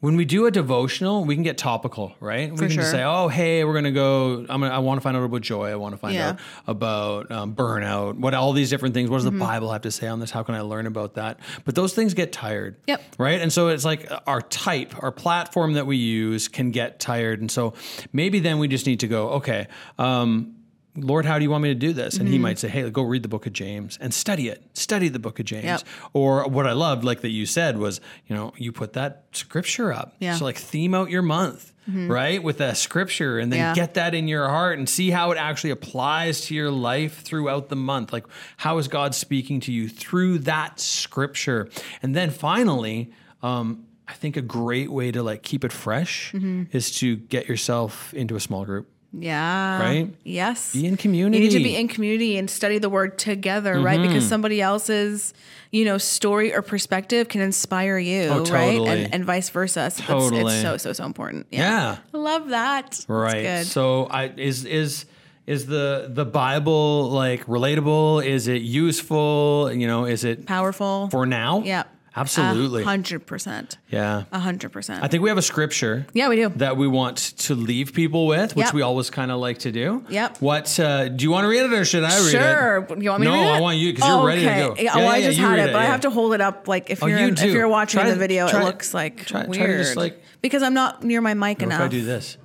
Speaker 2: when we do a devotional, we can get topical, right? we can just
Speaker 1: sure.
Speaker 2: say, oh, hey, we're going to go, I'm gonna, I want to find out about joy. I want to find
Speaker 1: Yeah.
Speaker 2: out about um, burnout, what all these different things. What does
Speaker 1: Mm-hmm.
Speaker 2: the Bible have to say on this? How can I learn about that? But those things get tired.
Speaker 1: Yep.
Speaker 2: Right. And so it's like uh, our type, our platform that we use can get tired. And so maybe then we just need to go, okay, um, Lord, how do you want me to do this? And
Speaker 1: Mm-hmm.
Speaker 2: he might say, Hey, go read the book of James and study it. Study the book of James.
Speaker 1: Yep.
Speaker 2: Or what I loved, like that you said, was, you know, you put that scripture up.
Speaker 1: Yeah. Mm-hmm.
Speaker 2: So, like, theme out your month, right? With that scripture and then
Speaker 1: Yeah.
Speaker 2: get that in your heart and see how it actually applies to your life throughout the month. Like, how is God speaking to you through that scripture? And then finally, um, I think a great way to like keep it fresh
Speaker 1: Mm-hmm.
Speaker 2: is to get yourself into a small group.
Speaker 1: Yeah.
Speaker 2: Right?
Speaker 1: Yes.
Speaker 2: Be in community. Mm-hmm.
Speaker 1: You need to be in community and study the word together, right? Because somebody else's, you know, story or perspective can inspire you,
Speaker 2: Oh,
Speaker 1: right?
Speaker 2: totally.
Speaker 1: And and vice versa. So it's,
Speaker 2: Totally.
Speaker 1: it's so so so important.
Speaker 2: Yeah.
Speaker 1: Love that. That's
Speaker 2: Right.
Speaker 1: good.
Speaker 2: So I is is is the the Bible like relatable? Is it useful? You know, is it
Speaker 1: Powerful.
Speaker 2: for now?
Speaker 1: yeah.
Speaker 2: Absolutely.
Speaker 1: hundred percent.
Speaker 2: yeah.
Speaker 1: hundred percent.
Speaker 2: I think we have a scripture.
Speaker 1: Yeah, we do.
Speaker 2: That we want to leave people with, which
Speaker 1: Yep.
Speaker 2: we always kind of like to do.
Speaker 1: Yep.
Speaker 2: What uh, do you want to read it or should I read
Speaker 1: Sure.
Speaker 2: it?
Speaker 1: You want me
Speaker 2: no,
Speaker 1: to read it?
Speaker 2: I want you because you're ready to go.
Speaker 1: Yeah, well, I just
Speaker 2: you
Speaker 1: had
Speaker 2: read
Speaker 1: it, but I
Speaker 2: yeah.
Speaker 1: have to hold it up. Like if
Speaker 2: Oh,
Speaker 1: you're
Speaker 2: you
Speaker 1: in-
Speaker 2: do.
Speaker 1: if you're watching
Speaker 2: Try
Speaker 1: the
Speaker 2: to-
Speaker 1: video,
Speaker 2: try
Speaker 1: it
Speaker 2: to-
Speaker 1: looks like
Speaker 2: try- try
Speaker 1: weird.
Speaker 2: to just, like-
Speaker 1: because I'm not near my mic
Speaker 2: What
Speaker 1: enough.
Speaker 2: if I do this?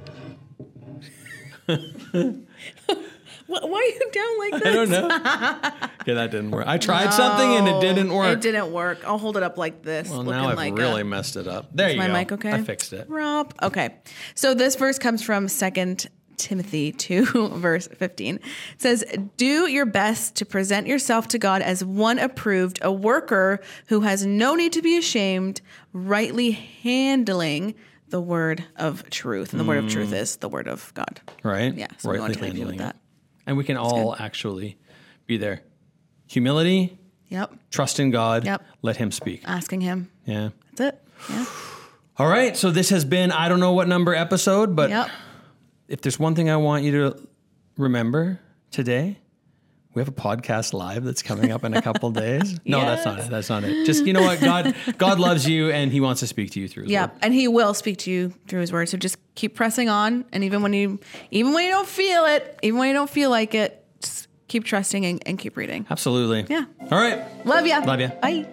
Speaker 1: Wh- *laughs* Why are you down like this?
Speaker 2: *laughs* I
Speaker 1: *laughs*
Speaker 2: don't know. okay, that didn't work. I tried something and it didn't work.
Speaker 1: It didn't work. I'll hold it up like this.
Speaker 2: Well,
Speaker 1: looking
Speaker 2: now I've
Speaker 1: like
Speaker 2: really
Speaker 1: a,
Speaker 2: messed it up. There you
Speaker 1: my
Speaker 2: go.
Speaker 1: mic okay?
Speaker 2: I fixed it.
Speaker 1: Rob. Okay. So this verse comes from Second Timothy 2, *laughs* verse 15. It says, Do your best to present yourself to God as one approved, a worker who has no need to be ashamed, rightly handling the word of truth. And the word of
Speaker 2: Hmm.
Speaker 1: truth is the word of God.
Speaker 2: Right?
Speaker 1: Yeah, so we wanted to leave you with
Speaker 2: handling it.
Speaker 1: that.
Speaker 2: And we can all actually be there. Humility,
Speaker 1: Yep.
Speaker 2: trust in God,
Speaker 1: Yep.
Speaker 2: let Him speak.
Speaker 1: Asking him.
Speaker 2: Yeah.
Speaker 1: That's it. Yeah.
Speaker 2: All right. So this has been, I don't know what number episode, but
Speaker 1: Yep.
Speaker 2: if there's one thing I want you to remember today, we have a podcast live that's coming up in
Speaker 1: *laughs*
Speaker 2: a couple days. No, that's not it. That's not it. Just you know what? God God loves you and he wants to speak to you through his
Speaker 1: Yeah,
Speaker 2: word.
Speaker 1: and he will speak to you through his word. So just keep pressing on, and even when you, even when you don't feel it, even when you don't feel like it, just keep trusting and, and keep reading.
Speaker 2: Absolutely.
Speaker 1: Yeah.
Speaker 2: All right.
Speaker 1: Love ya.
Speaker 2: Love ya.
Speaker 1: Bye.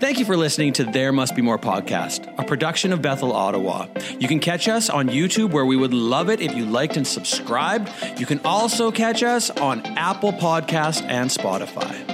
Speaker 2: Thank you for listening to There Must Be More podcast, a production of Bethel, Ottawa. You can catch us on YouTube, where we would love it if you liked and subscribed. You can also catch us on Apple Podcasts and Spotify.